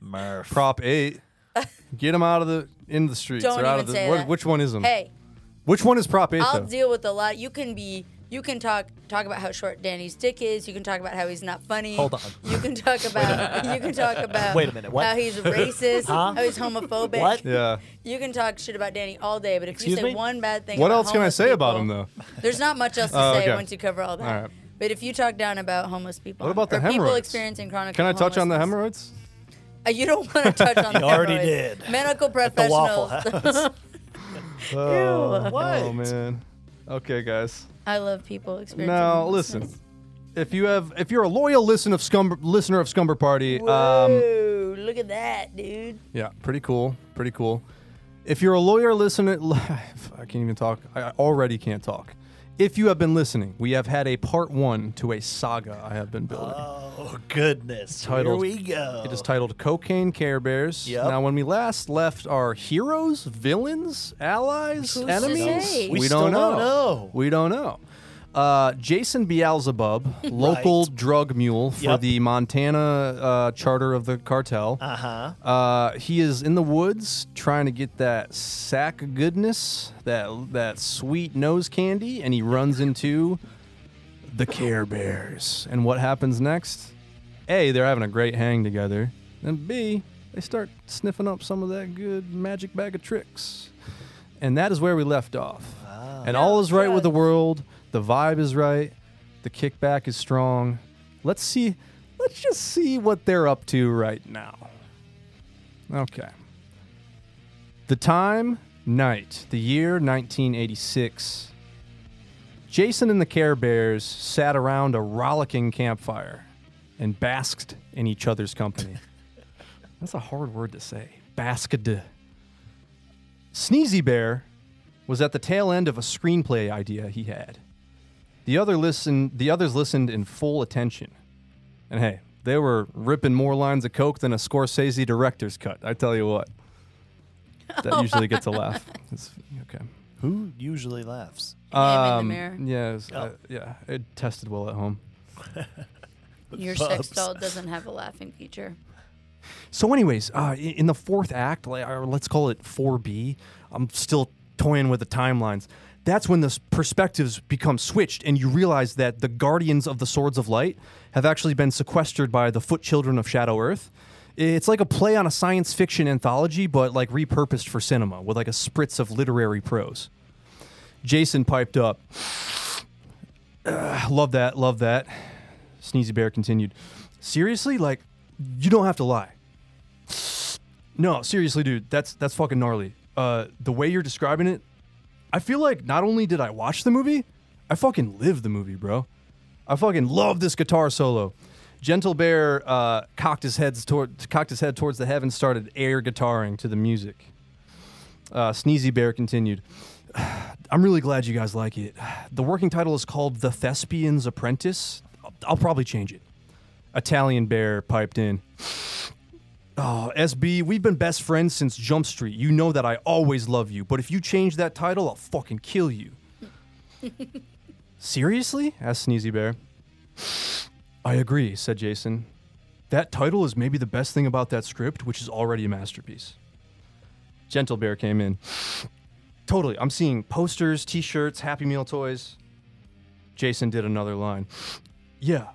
S3: Murph.
S2: Prop eight. Get them out of the in the streets.
S4: Don't
S2: or out
S4: even
S2: of the,
S4: say
S2: what-
S4: that.
S2: Which one is them?
S4: Hey,
S2: Which one is prop 8
S4: I'll
S2: though?
S4: deal with a lot. You can be. You can talk talk about how short Danny's dick is. You can talk about how he's not funny.
S3: Hold on.
S4: You can talk about. you can talk about.
S3: Wait a minute, what?
S4: How he's racist.
S3: Huh?
S4: How he's homophobic.
S3: What?
S2: yeah.
S4: You can talk shit about Danny all day, but if
S3: Excuse
S4: you say
S3: me?
S4: one bad thing,
S2: What
S4: about
S2: else can I
S4: homeless
S2: say about him
S4: people-
S2: though?
S4: There's not much else to
S2: Oh,
S4: say
S2: okay.
S4: once you cover all that.
S2: All right.
S4: But if you talk down about homeless people,
S2: What about the
S4: or people
S2: hemorrhoids?
S4: experiencing chronic,
S2: Can I touch on the
S4: homelessness-
S2: hemorrhoids?
S4: Uh, you don't want to touch on.
S3: You
S4: the
S3: already
S4: hemorrhoids.
S3: did.
S4: Medical
S3: the Waffle
S4: professionals.
S2: Oh, Oh
S3: What?
S2: man. Okay, guys.
S4: I love people experiencing.
S2: Now
S4: homelessness.
S2: listen, if you have if you're a loyal listen of Scumber, listener of Scumber Party, um,
S4: Whoa! look at that, dude.
S2: yeah, pretty cool, pretty cool. If you're a lawyer listener, I can't even talk. I I already can't talk. If you have been listening, we have had a part one to a saga I have been building.
S3: Oh, goodness.
S2: Titled-
S3: Here we go.
S2: It is titled Cocaine Care Bears.
S3: Um, Yep.
S2: Now, when we last left our heroes, villains, allies,
S4: Who's to
S2: enemies,
S4: say?
S2: we,
S4: We
S2: don't,
S3: still
S2: know.
S3: don't know.
S2: We don't know. Uh, Jason Beelzebub, local drug mule for
S3: Yep.
S2: the Montana uh, charter of the cartel.
S3: Uh huh.
S2: Uh, he is in the woods trying to get that sack of goodness, that that sweet nose candy, and he runs into the Care Bears. And what happens next? A, they're having a great hang together, and B, they start sniffing up some of that good magic bag of tricks. And that is where we left off. And all is right with the world. The vibe is right. The kickback is strong. Let's see. Let's just see what they're up to right now. Okay. The time, night, the year 1986. Jason and the Care Bears sat around a rollicking campfire and basked in each other's company. That's a hard word to say. Basked. Sneezy Bear was at the tail end of a screenplay idea he had. The other listened, the others listened in full attention. And hey, They were ripping more lines of coke than a Scorsese director's cut. I tell you what, that usually gets a laugh. It's, okay.
S3: Who usually laughs?
S4: Aim in
S2: Um,
S4: the mirror.
S2: yeah, it was,
S3: Oh.
S2: uh, yeah. It tested well at home.
S4: Your sex doll doesn't have a laughing feature.
S2: So, anyways, uh, i- in the fourth act, li- or let's call it 4B, I'm still toying with the timelines. That's when the s- perspectives become switched, and you realize that the guardians of the Swords of Light have actually been sequestered by the Foot Children of Shadow Earth. It's like a play on a science fiction anthology, but like repurposed for cinema with like a spritz of literary prose. Jason piped up. "Ugh, love that, love that. Sneezy Bear continued. Seriously, like, you don't have to lie. No, seriously, dude, that's that's fucking gnarly. Uh, the way you're describing it, I feel like not only did I watch the movie, I fucking lived the movie, bro. I fucking love this guitar solo. Gentle Bear uh, cocked his heads toward cocked his head towards the heavens, started air guitaring to the music. Uh, Sneezy Bear continued. I'm really glad you guys like it. The working title is called The Thespian's Apprentice. I'll probably change it. Italian Bear piped in. Oh, SB, we've been best friends since Jump Street. You know that I always love you, but if you change that title, I'll fucking kill you. Seriously? asked Sneezy Bear. I agree, said Jason. That title is maybe the best thing about that script, which is already a masterpiece. Gentle Bear came in. Totally. I'm seeing posters, t shirts, Happy Meal toys. Jason did another line. Yeah,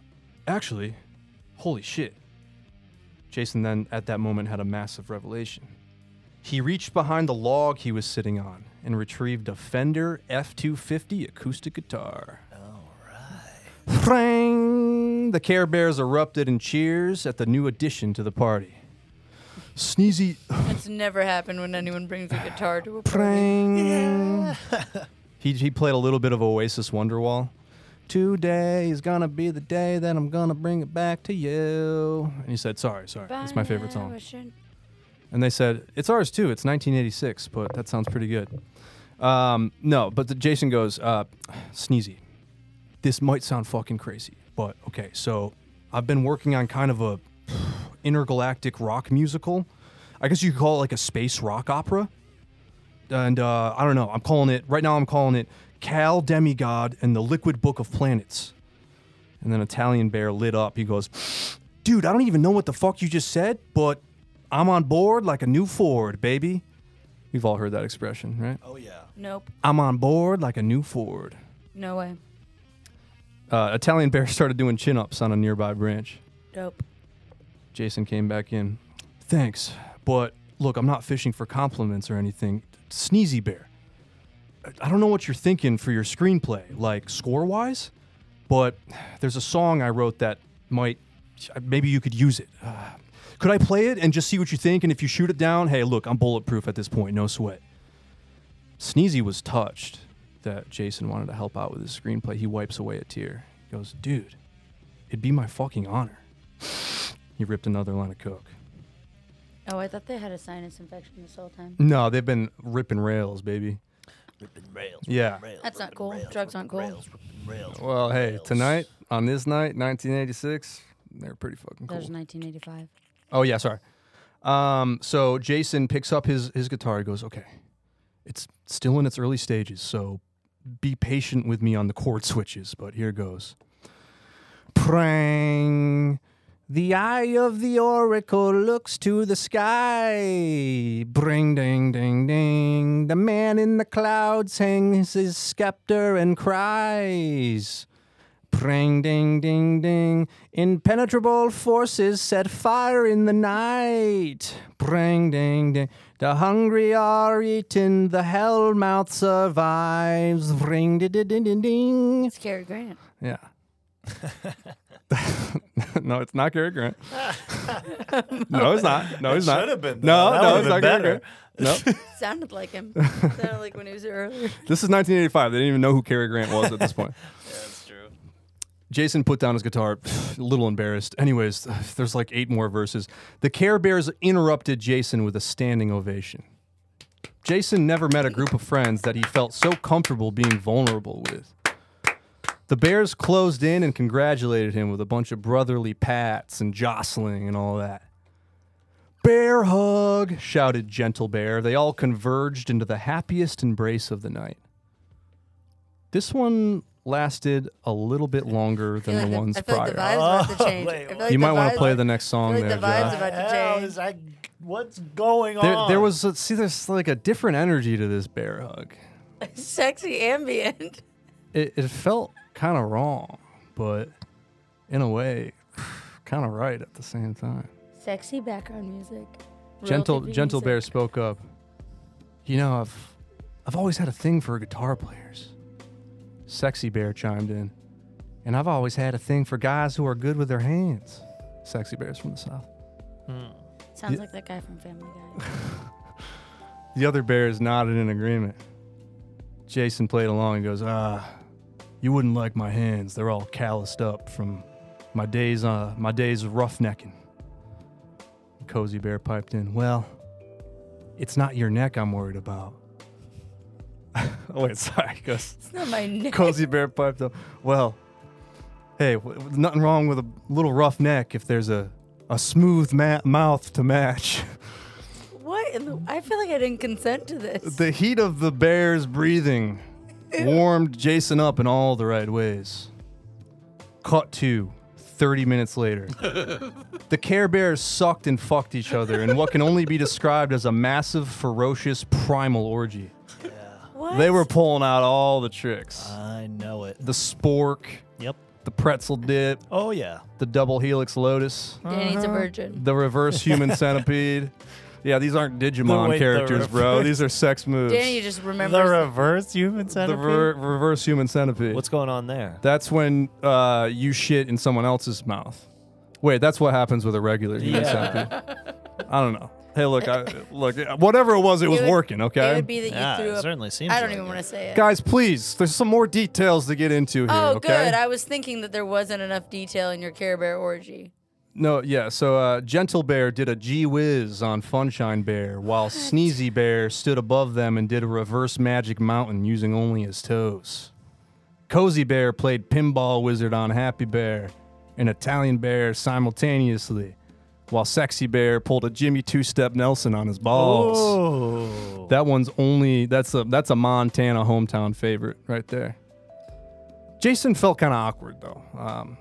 S2: actually, holy shit. Jason then, at that moment, had a massive revelation. He reached behind the log he was sitting on and retrieved a Fender F 250 acoustic guitar. All right. The Care Bears erupted in cheers at the new addition to the party. Sneezy.
S4: It's never happened when anyone brings a guitar to a party.
S2: Prang. he, he played a little bit of Oasis Wonderwall. Today is gonna be the day that I'm gonna bring it back to you. And he said, "Sorry, sorry, it's my favorite
S4: By now
S2: song."
S4: I should-
S2: And they said, "It's ours too. It's 1986, but that sounds pretty good." Um, no, but the, Jason goes, uh, "Sneezy, this might sound fucking crazy, but okay. So I've been working on kind of a intergalactic rock musical. I guess you could call it like a space rock opera. And uh, I don't know. I'm calling it right now. I'm calling it Cal Demigod and the Liquid Book of Planets." And then Italian Bear lit up. He goes, "Dude, I don't even know what the fuck you just said, but I'm on board like a new Ford, baby." We've all heard that expression, right?
S3: Oh yeah.
S4: Nope.
S2: I'm on board like a new Ford.
S4: No way.
S2: Uh, Italian Bear started doing chin ups on a nearby branch.
S4: Dope.
S2: Jason came back in. Thanks, but look, I'm not fishing for compliments or anything. Sneezy Bear, I- I don't know what you're thinking for your screenplay, like score wise, but there's a song I wrote that might, maybe you could use it. Uh, could I play it and just see what you think? And if you shoot it down, hey, look, I'm bulletproof at this point, no sweat. Sneezy was touched that Jason wanted to help out with his screenplay. He wipes away a tear. He goes, dude, it'd be my fucking honor. He ripped another line of coke.
S4: Oh, I thought they had a sinus infection this whole time.
S2: No, they've been ripping rails, baby.
S3: Ripping rails.
S2: Yeah.
S3: ripping rails,
S4: That's not
S3: ripping
S4: cool.
S3: rails,
S4: Drugs aren't
S3: ripping
S4: cool.
S3: rails, ripping rails,
S2: Well,
S3: ripping
S2: hey,
S3: rails.
S2: tonight on this night, 1986, they're pretty fucking
S4: That was
S2: cool.
S4: 1985.
S2: Oh yeah, sorry. Um, so Jason picks up his his guitar. He goes, okay, it's still in its early stages, so be patient with me on the chord switches. But here goes. Prang. The eye of the oracle looks to the sky. Bring, ding, ding, ding. The man in the clouds hangs his scepter and cries. Pring, ding, ding, ding. Impenetrable forces set fire in the night. Pring, ding, ding. The hungry are eaten, the hell mouth survives. Ring, ding, ding, ding, ding, ding.
S4: It's Cary Grant.
S2: Yeah. no, it's not Cary Grant. no, it's not. No, it's
S3: It
S2: not.
S3: should have been.
S2: No,
S3: though. That
S2: no,
S3: would've
S2: it's not Cary
S3: been
S2: Grant.
S3: better.
S2: No,
S4: Sounded like him. Sounded like when he was there earlier.
S2: this is 1985. They didn't even know who Cary Grant was at this point.
S3: That's true.
S2: Jason put down his guitar, a little embarrassed. Anyways, there's like eight more verses. The Care Bears interrupted Jason with a standing ovation. Jason never met a group of friends that he felt so comfortable being vulnerable with. The Bears closed in and congratulated him with a bunch of brotherly pats and jostling and all that. Bear hug, shouted Gentle Bear. They all converged into the happiest embrace of the night. This one lasted a little bit longer than the
S4: I feel
S2: ones
S4: like the, I feel
S2: prior.
S4: like the vibe's about to
S3: Oh,
S4: change.
S3: wait,
S4: I feel
S3: what?
S4: like
S2: you might want
S4: vibe-
S2: to play the next
S4: I
S2: song
S4: feel like
S2: there,
S4: the vibe's
S2: Josh.
S4: about to
S3: Hell,
S4: change.
S3: is that, what's going
S2: There,
S3: on?
S2: there was a, see, there's like a different energy to this bear hug.
S4: Sexy ambient.
S2: It, it felt kind of wrong, but in a way, kind of right at the same time.
S4: Sexy background music.
S2: Gentle Gentle Bear spoke up. You know, I've I've always had a thing for guitar players. Sexy Bear chimed in. And I've always had a thing for guys who are good with their hands. Sexy Bear's from the South.
S4: Sounds
S2: Yeah.
S4: like that guy from Family Guy.
S2: The other bears nodded in agreement. Jason played along and goes, Ah, you wouldn't like my hands. They're all calloused up from my days uh my days of roughnecking. Cozy Bear piped in, Well, it's not your neck I'm worried about. oh wait, sorry, he goes
S4: It's not my name.
S2: Cozy Bear piped up. Well, hey, w- w- nothing wrong with a little rough neck if there's a, a smooth ma- mouth to match.
S4: What? In the, I feel like I didn't consent to this.
S2: The heat of the bear's breathing warmed Jason up in all the right ways. Cut to 30 minutes later. the Care Bears sucked and fucked each other in what can only be described as a massive, ferocious, primal orgy.
S4: what?
S2: They were pulling out all the tricks
S3: I know it.
S2: the spork,
S3: Yep.
S2: the pretzel dip,
S3: Oh yeah.
S2: the double helix lotus,
S4: Danny's a virgin.
S2: the reverse human centipede. Yeah, these aren't Digimon
S3: wait, the
S2: characters, bro.
S3: reverse-
S2: These are sex moves.
S4: Danny just
S3: The
S4: remembers.
S3: reverse human
S2: the
S3: centipede.
S2: ver- reverse human centipede.
S3: What's going on there?
S2: That's when uh, you shit in someone else's mouth. Wait, that's what happens with a regular human
S3: Yeah.
S2: centipede. I don't know. Hey, look, I, look, whatever it was, it, was
S4: would-
S2: working.
S4: it
S2: Okay,
S4: would be that you
S3: Yeah,
S4: threw
S3: Ah, it
S4: up.
S3: certainly seems.
S4: I don't
S3: like
S4: even
S3: it.
S4: want to say it.
S2: guys, please. There's some more details to get into here.
S4: oh,
S2: okay?
S4: good. I was thinking that there wasn't enough detail in your Care Bear orgy.
S2: No, yeah. So uh, Gentle Bear did a gee whiz on Funshine Bear, while Sneezy Bear stood above them and did a reverse magic mountain using only his toes. Cozy Bear played Pinball Wizard on Happy Bear and Italian Bear simultaneously, while Sexy Bear pulled a Jimmy Two Step Nelson on his balls.
S3: Oh.
S2: That one's only that's a that's a Montana hometown favorite right there. Jason felt kind of awkward though. Um,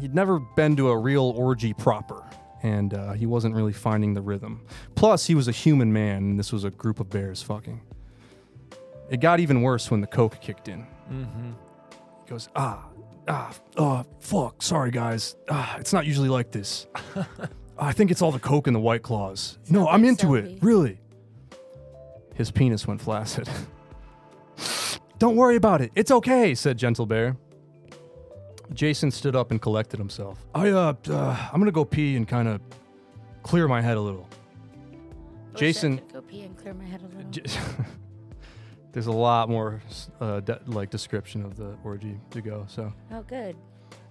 S2: he'd never been to a real orgy proper, and uh, he wasn't really finding the rhythm. Plus, he was a human man, and this was a group of bears fucking. It got even worse when the coke kicked in. Mm-hmm. He goes, ah, ah, oh, fuck, sorry guys, ah, it's not usually like this. I think it's all the coke and the white claws. No, I'm
S4: like
S2: into it,
S4: selfie.
S2: really. His penis went flaccid. Don't worry about it. It's okay, said Gentle Bear. Jason stood up and collected himself. I uh, uh I'm gonna go pee and kind of clear my head a little. Jason,
S4: go pee and clear my head a little.
S2: J- There's a lot more uh, de- like description of the orgy to go. So
S4: oh, good.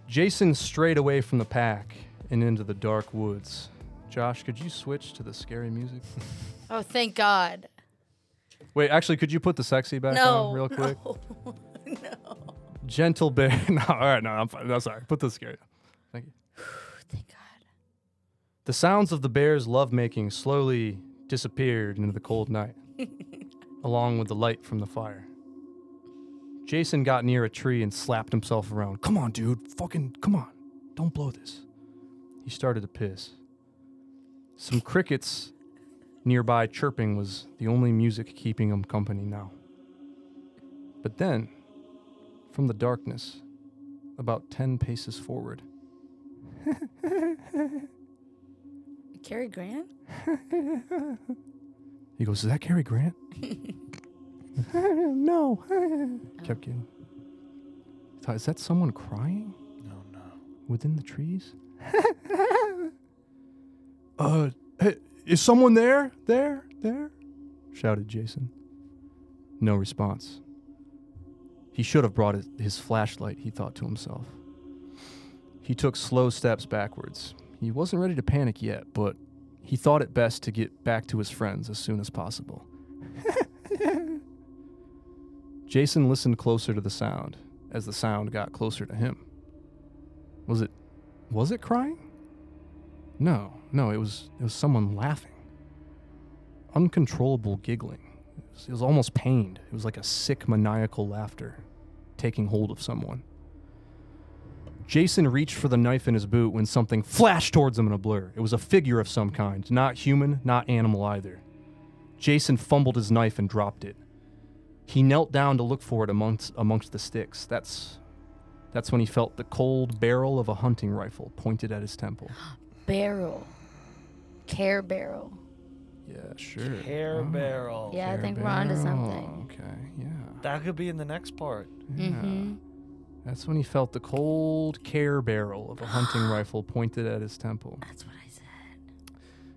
S2: Jason strayed away from the pack and into the dark woods. Josh, could you switch to the scary music?
S4: Oh, thank God.
S2: Wait, actually, could you put the sexy back
S4: no.
S2: on real quick?
S4: no. No.
S2: Gentle bear. No, all right, no, I'm fine. No, sorry. Put the scary. Thank you.
S4: Thank God.
S2: The sounds of the bear's lovemaking slowly disappeared into the cold night, along with the light from the fire. Jason got near a tree and slapped himself around. Come on, dude. Fucking, come on. Don't blow this. He started to piss. Some crickets nearby chirping was the only music keeping him company now. But then, from the darkness, about 10 paces forward,
S4: Cary Grant?
S2: He goes, Is that Cary Grant? no. Kept getting. I thought, Is that someone crying? No, no. Within the trees? uh, hey, is someone there? There? There? Shouted Jason. No response. He should have brought his, his flashlight, he thought to himself. He took slow steps backwards. He wasn't ready to panic yet, but he thought it best to get back to his friends as soon as possible. Jason listened closer to the sound,
S1: as the sound got closer to him. Was it was it crying? No, no, it was it was someone laughing. Uncontrollable giggling. It was, it was almost pained. It was like a sick maniacal laughter taking hold of someone. Jason reached for the knife in his boot when something flashed towards him in a blur. It was a figure of some kind, not human, not animal either. Jason fumbled his knife and dropped it. He knelt down to look for it amongst amongst the sticks. That's that's when he felt the cold barrel of a hunting rifle pointed at his temple.
S4: Barrel. Care barrel.
S1: Yeah, sure. Oh,
S3: Hair barrel.
S4: Oh. Yeah, I think we're onto something.
S1: Okay, yeah.
S3: That could be in the next part.
S1: yeah.
S4: Mm-hmm.
S1: That's when he felt the cold care barrel of a hunting rifle pointed at his temple.
S4: That's what I said.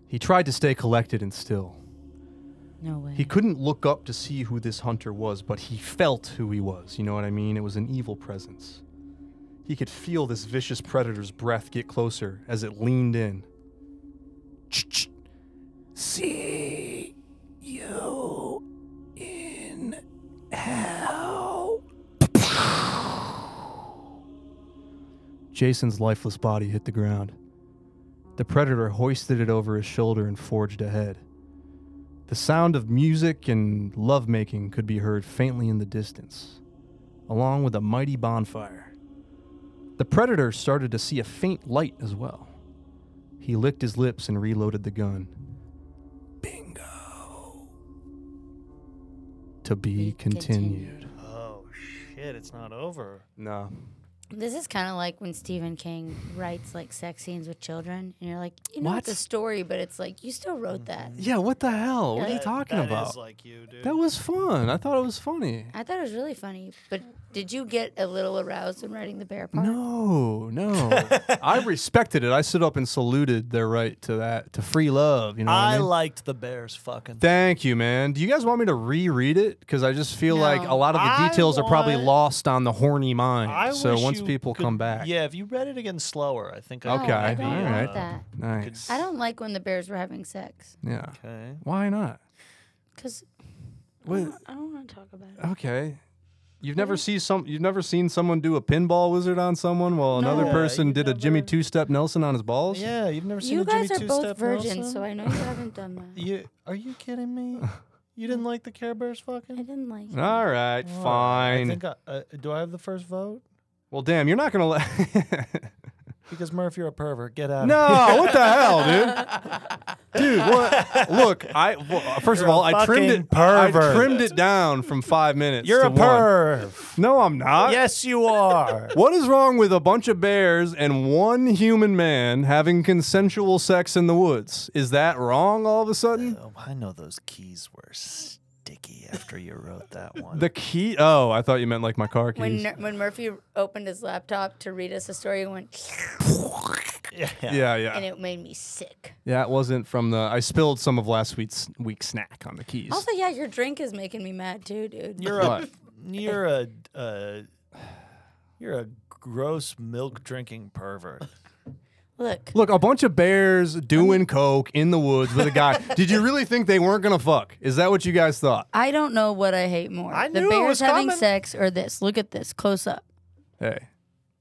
S1: He tried to stay collected and still.
S4: No way.
S1: He couldn't look up to see who this hunter was, but he felt who he was. You know what I mean? It was an evil presence. He could feel this vicious predator's breath get closer as it leaned in. Ch-ch. See you in hell. Jason's lifeless body hit the ground. The predator hoisted it over his shoulder and forged ahead. The sound of music and lovemaking could be heard faintly in the distance, along with a mighty bonfire. The predator started to see a faint light as well. He licked his lips and reloaded the gun. Bingo. To be
S4: Be continued.
S1: continued.
S3: Oh shit! It's not over.
S1: No.
S4: This is kind of like when Stephen King writes like sex scenes with children, and you're like, you know, it's a
S1: What? Mm-hmm.
S4: story, but it's like you still wrote that.
S1: Yeah, what the hell? What are you
S3: That-
S1: talking
S3: that
S1: about?
S3: is like you, dude.
S1: that was fun. I thought it was funny.
S4: I thought it was really funny, but did you get a little aroused when writing the bear part?
S1: No, no. I respected it. I stood up and saluted their right to that, to free love. You know what I,
S3: I
S1: mean?
S3: liked the Bears fucking.
S1: Thank you, man. Do you guys want me to reread it? Because I just feel like
S4: No.
S1: a lot of the
S3: I
S1: details are probably
S3: want-
S1: lost on the horny mind.
S3: I
S1: so
S3: wish
S1: once
S3: you
S1: people
S3: could-
S1: come back,
S3: yeah. If you read it again slower, I think.
S4: No,
S1: Okay,
S4: Oh, I
S3: I
S4: don't
S3: could,
S4: want
S1: all right.
S4: that.
S1: nice.
S4: I don't like when the bears were having sex
S1: Yeah.
S3: Okay.
S1: Why not?
S4: because
S1: What?
S4: I don't want to talk about it.
S1: Okay. You've never seen some. You've never seen someone do a pinball wizard on someone while another
S4: No.
S3: Yeah,
S1: person
S3: you've
S1: did a Jimmy
S3: never-
S1: Two Step Nelson on his balls.
S3: Yeah, you've never seen
S4: You
S3: a Jimmy
S4: guys are
S3: Two
S4: both
S3: Step
S4: virgins,
S3: Nelson?
S4: so I know you haven't done that.
S3: You are you kidding me? You didn't like the Care Bears
S4: I
S3: fucking?
S4: didn't like. it.
S1: All right,
S3: Oh, I
S1: fine.
S3: think I, uh, do I have the first vote?
S1: well, damn, you're not gonna let.
S3: Because Murph, you're a pervert. Get out. of
S1: No, what the hell, dude? Dude, what? Look, I well, 1st of
S3: You're a
S1: all, I trimmed
S3: fucking
S1: it. I
S3: pervert.
S1: trimmed it down from five minutes.
S3: You're
S1: to
S3: a
S1: one.
S3: perv.
S1: No, I'm not.
S3: yes, you are.
S1: What is wrong with a bunch of bears and one human man having consensual sex in the woods? Is that wrong all of a sudden?
S3: oh, I know those keys were sticky after you wrote that one.
S1: The key. Oh, I thought you meant like my car
S4: When
S1: keys.
S4: Ner- when Murphy opened his laptop to read us a story, it went
S3: yeah.
S1: yeah,
S4: and
S1: yeah,
S4: it made me sick.
S1: yeah. It wasn't from the. I spilled some of last week's week's snack on the keys.
S4: Also, yeah, your drink is making me mad too, dude.
S3: You're a
S1: What?
S3: you're a uh, you're a gross milk drinking pervert.
S4: Look,
S1: Look, a bunch of bears doing coke in the woods with a guy. Did you really think they weren't gonna fuck? Is that what you guys thought?
S4: I don't know what I hate more:
S3: I
S4: the
S3: knew it
S4: bears
S3: was
S4: having
S3: coming.
S4: sex or this. Look at this close up.
S1: Hey,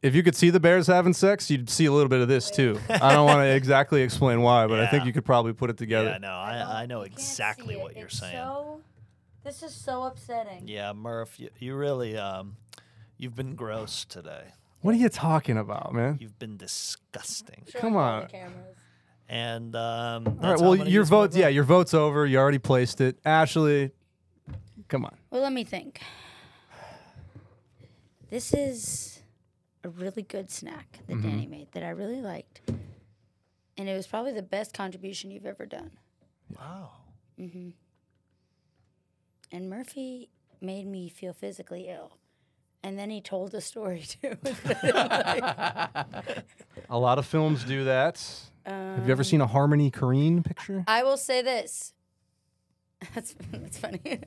S1: if you could see the bears having sex, you'd see a little bit of this too. I don't want to exactly explain why, but I think
S3: Yeah.
S1: you could probably put it together.
S3: Yeah, no, I, I know exactly what you're saying.
S4: this is so upsetting.
S3: Yeah, Murph, you, you really um, you've been gross today.
S1: What are you talking about, man?
S3: You've been disgusting.
S1: Come on.
S3: And um,
S1: All
S3: that's
S1: right,
S3: how
S1: well,
S3: I'm gonna
S1: your
S3: use my
S1: vote's yeah, your vote's over. You already placed it. Ashley, come on.
S4: Well, let me think. This is a really good snack that Danny made that I really liked. And it was probably the best contribution you've ever done. Mm-hmm.
S3: Wow.
S4: And Murphy made me feel physically ill. And then he told the story too.
S1: A lot of films do that. Have
S3: Um,
S1: you ever seen a Harmony Korine picture?
S4: I will say this. That's that's funny,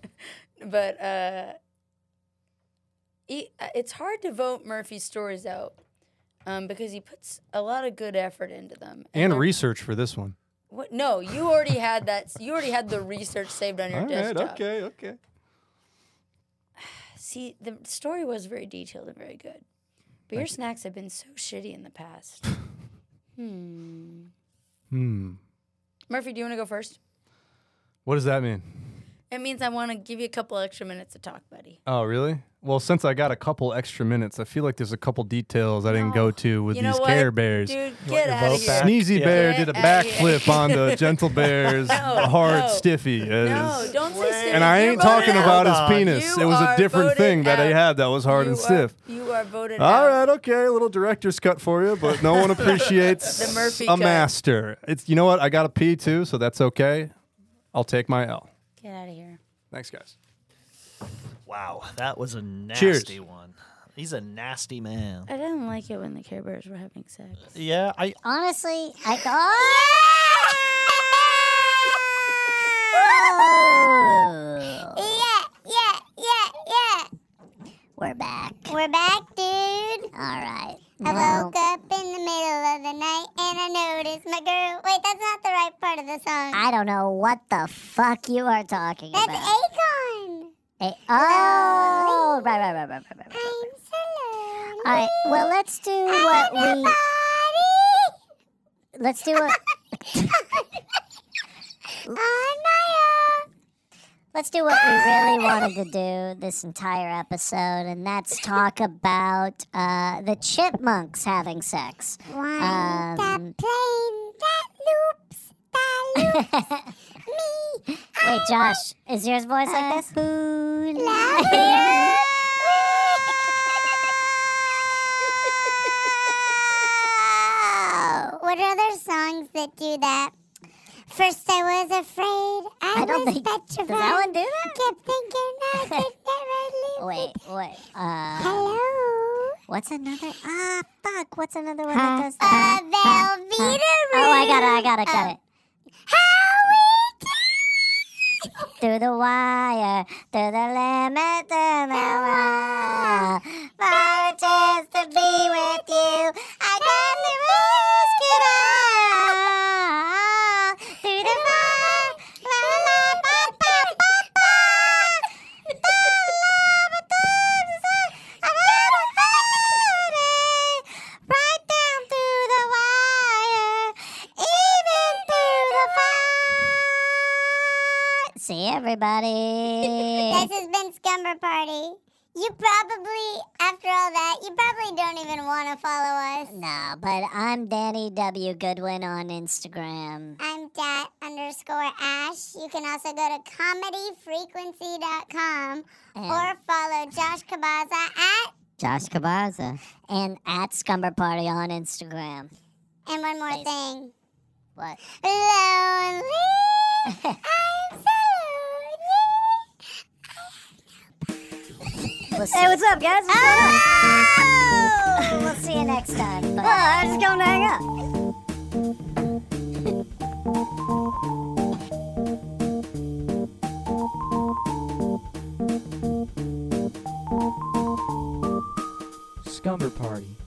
S4: but uh, he, it's hard to vote Murphy's stories out um, because he puts a lot of good effort into them.
S1: And
S4: they're-
S1: research for this one.
S4: what, no, you already had that. You already had the research saved on your
S1: All right,
S4: desktop.
S1: okay, okay.
S4: See, the story was very detailed and very good, but your snacks have been so shitty in the past. hmm.
S2: Hmm.
S4: Murphy, do you want to go first?
S2: What does that mean?
S4: It means I want to give you a couple extra minutes to talk, buddy.
S2: Oh, really? Well, since I got a couple extra minutes, I feel like there's a couple details I didn't go to with
S4: You know
S2: these
S4: what?
S2: Care Bears.
S4: Dude, get out of
S3: vote
S4: here.
S3: back?
S2: Sneezy
S3: Yeah.
S2: Bear
S4: Get
S2: did a
S4: outta here.
S2: backflip on the Gentle Bear's
S4: No,
S2: hard
S4: no.
S2: stiffy. It
S4: No,
S2: is-
S4: don't say
S3: Wait.
S4: stiff.
S2: and I
S4: You're
S2: ain't
S4: voted
S2: talking
S4: out.
S2: about
S3: Hold
S2: his
S3: on.
S2: penis.
S4: You
S2: it was a
S4: are
S2: different
S4: voted
S2: thing that he
S4: out.
S2: had that was hard
S4: You
S2: and
S4: are-
S2: stiff.
S4: you are voted
S2: All
S4: out.
S2: right, okay, a little director's cut for you, but no one appreciates
S4: The Murphy
S2: a
S4: cut.
S2: master. It's you know what? I got a P too, so that's okay. I'll take my L.
S4: Get out of here.
S2: Thanks, guys.
S3: Wow, that was a nasty
S2: Cheers.
S3: one. He's a nasty man.
S4: I didn't like it when the Care Bears were having sex.
S3: Yeah, I
S6: Honestly, I. Oh! Yeah, yeah, yeah, yeah. We're back. We're back, dude. All right.
S7: I woke up in the middle of the night and I noticed my girl. Wait, that's not the right part of the song.
S6: I don't know what the fuck you are talking
S7: That's
S6: about.
S7: Akon.
S6: A- oh, right, right, right, right, right, right, right.
S7: I'm so lonely.
S6: All right. Well, let's do what we
S7: Everybody
S6: let's do what
S7: on my own.
S6: let's do what we really wanted to do this entire episode, and that's talk about uh, the chipmunks having sex.
S7: Wind up
S6: Um,
S7: playing that loops, that loops me.
S6: Wait, Josh, is yours voice like this?
S7: Love you. What are other songs that do that? First I was afraid, I,
S6: I don't
S7: was
S6: think- does that
S7: petrified.
S6: one do that?
S7: Kept thinking I could never leave.
S6: Wait, wait. Uh,
S7: Hello.
S6: what's another? Ah, fuck. What's another one that does
S7: Uh,
S6: that?
S7: Velveeta
S6: Oh, I got it. I
S7: Room.
S6: got it. Got it. Through the wire, through the limit, through the wire. For a chance to be with you, I got the risk it all. Through the wire, la la ba ba ba ba. The love of the sun, I got a feeling. Right down through the wire, even through the fire. See everybody.
S7: This has been Scumber Party. You probably, after all that, you probably don't even want to follow us.
S6: No, but I'm Danny W. Goodwin on Instagram.
S7: I'm dat underscore ash. You can also go to comedyfrequency.com or
S6: And
S7: follow Josh Kabaza at,
S6: Josh Cabarza. And at Scumber Party on Instagram.
S7: and one more
S6: Nice.
S7: thing.
S6: What?
S7: Lonely. I'm so lonely.
S6: Hey, what's up, guys?
S7: Oh!
S6: Ah! We'll see you next time. Well, I'm just going to hang up.
S1: Scumber Party.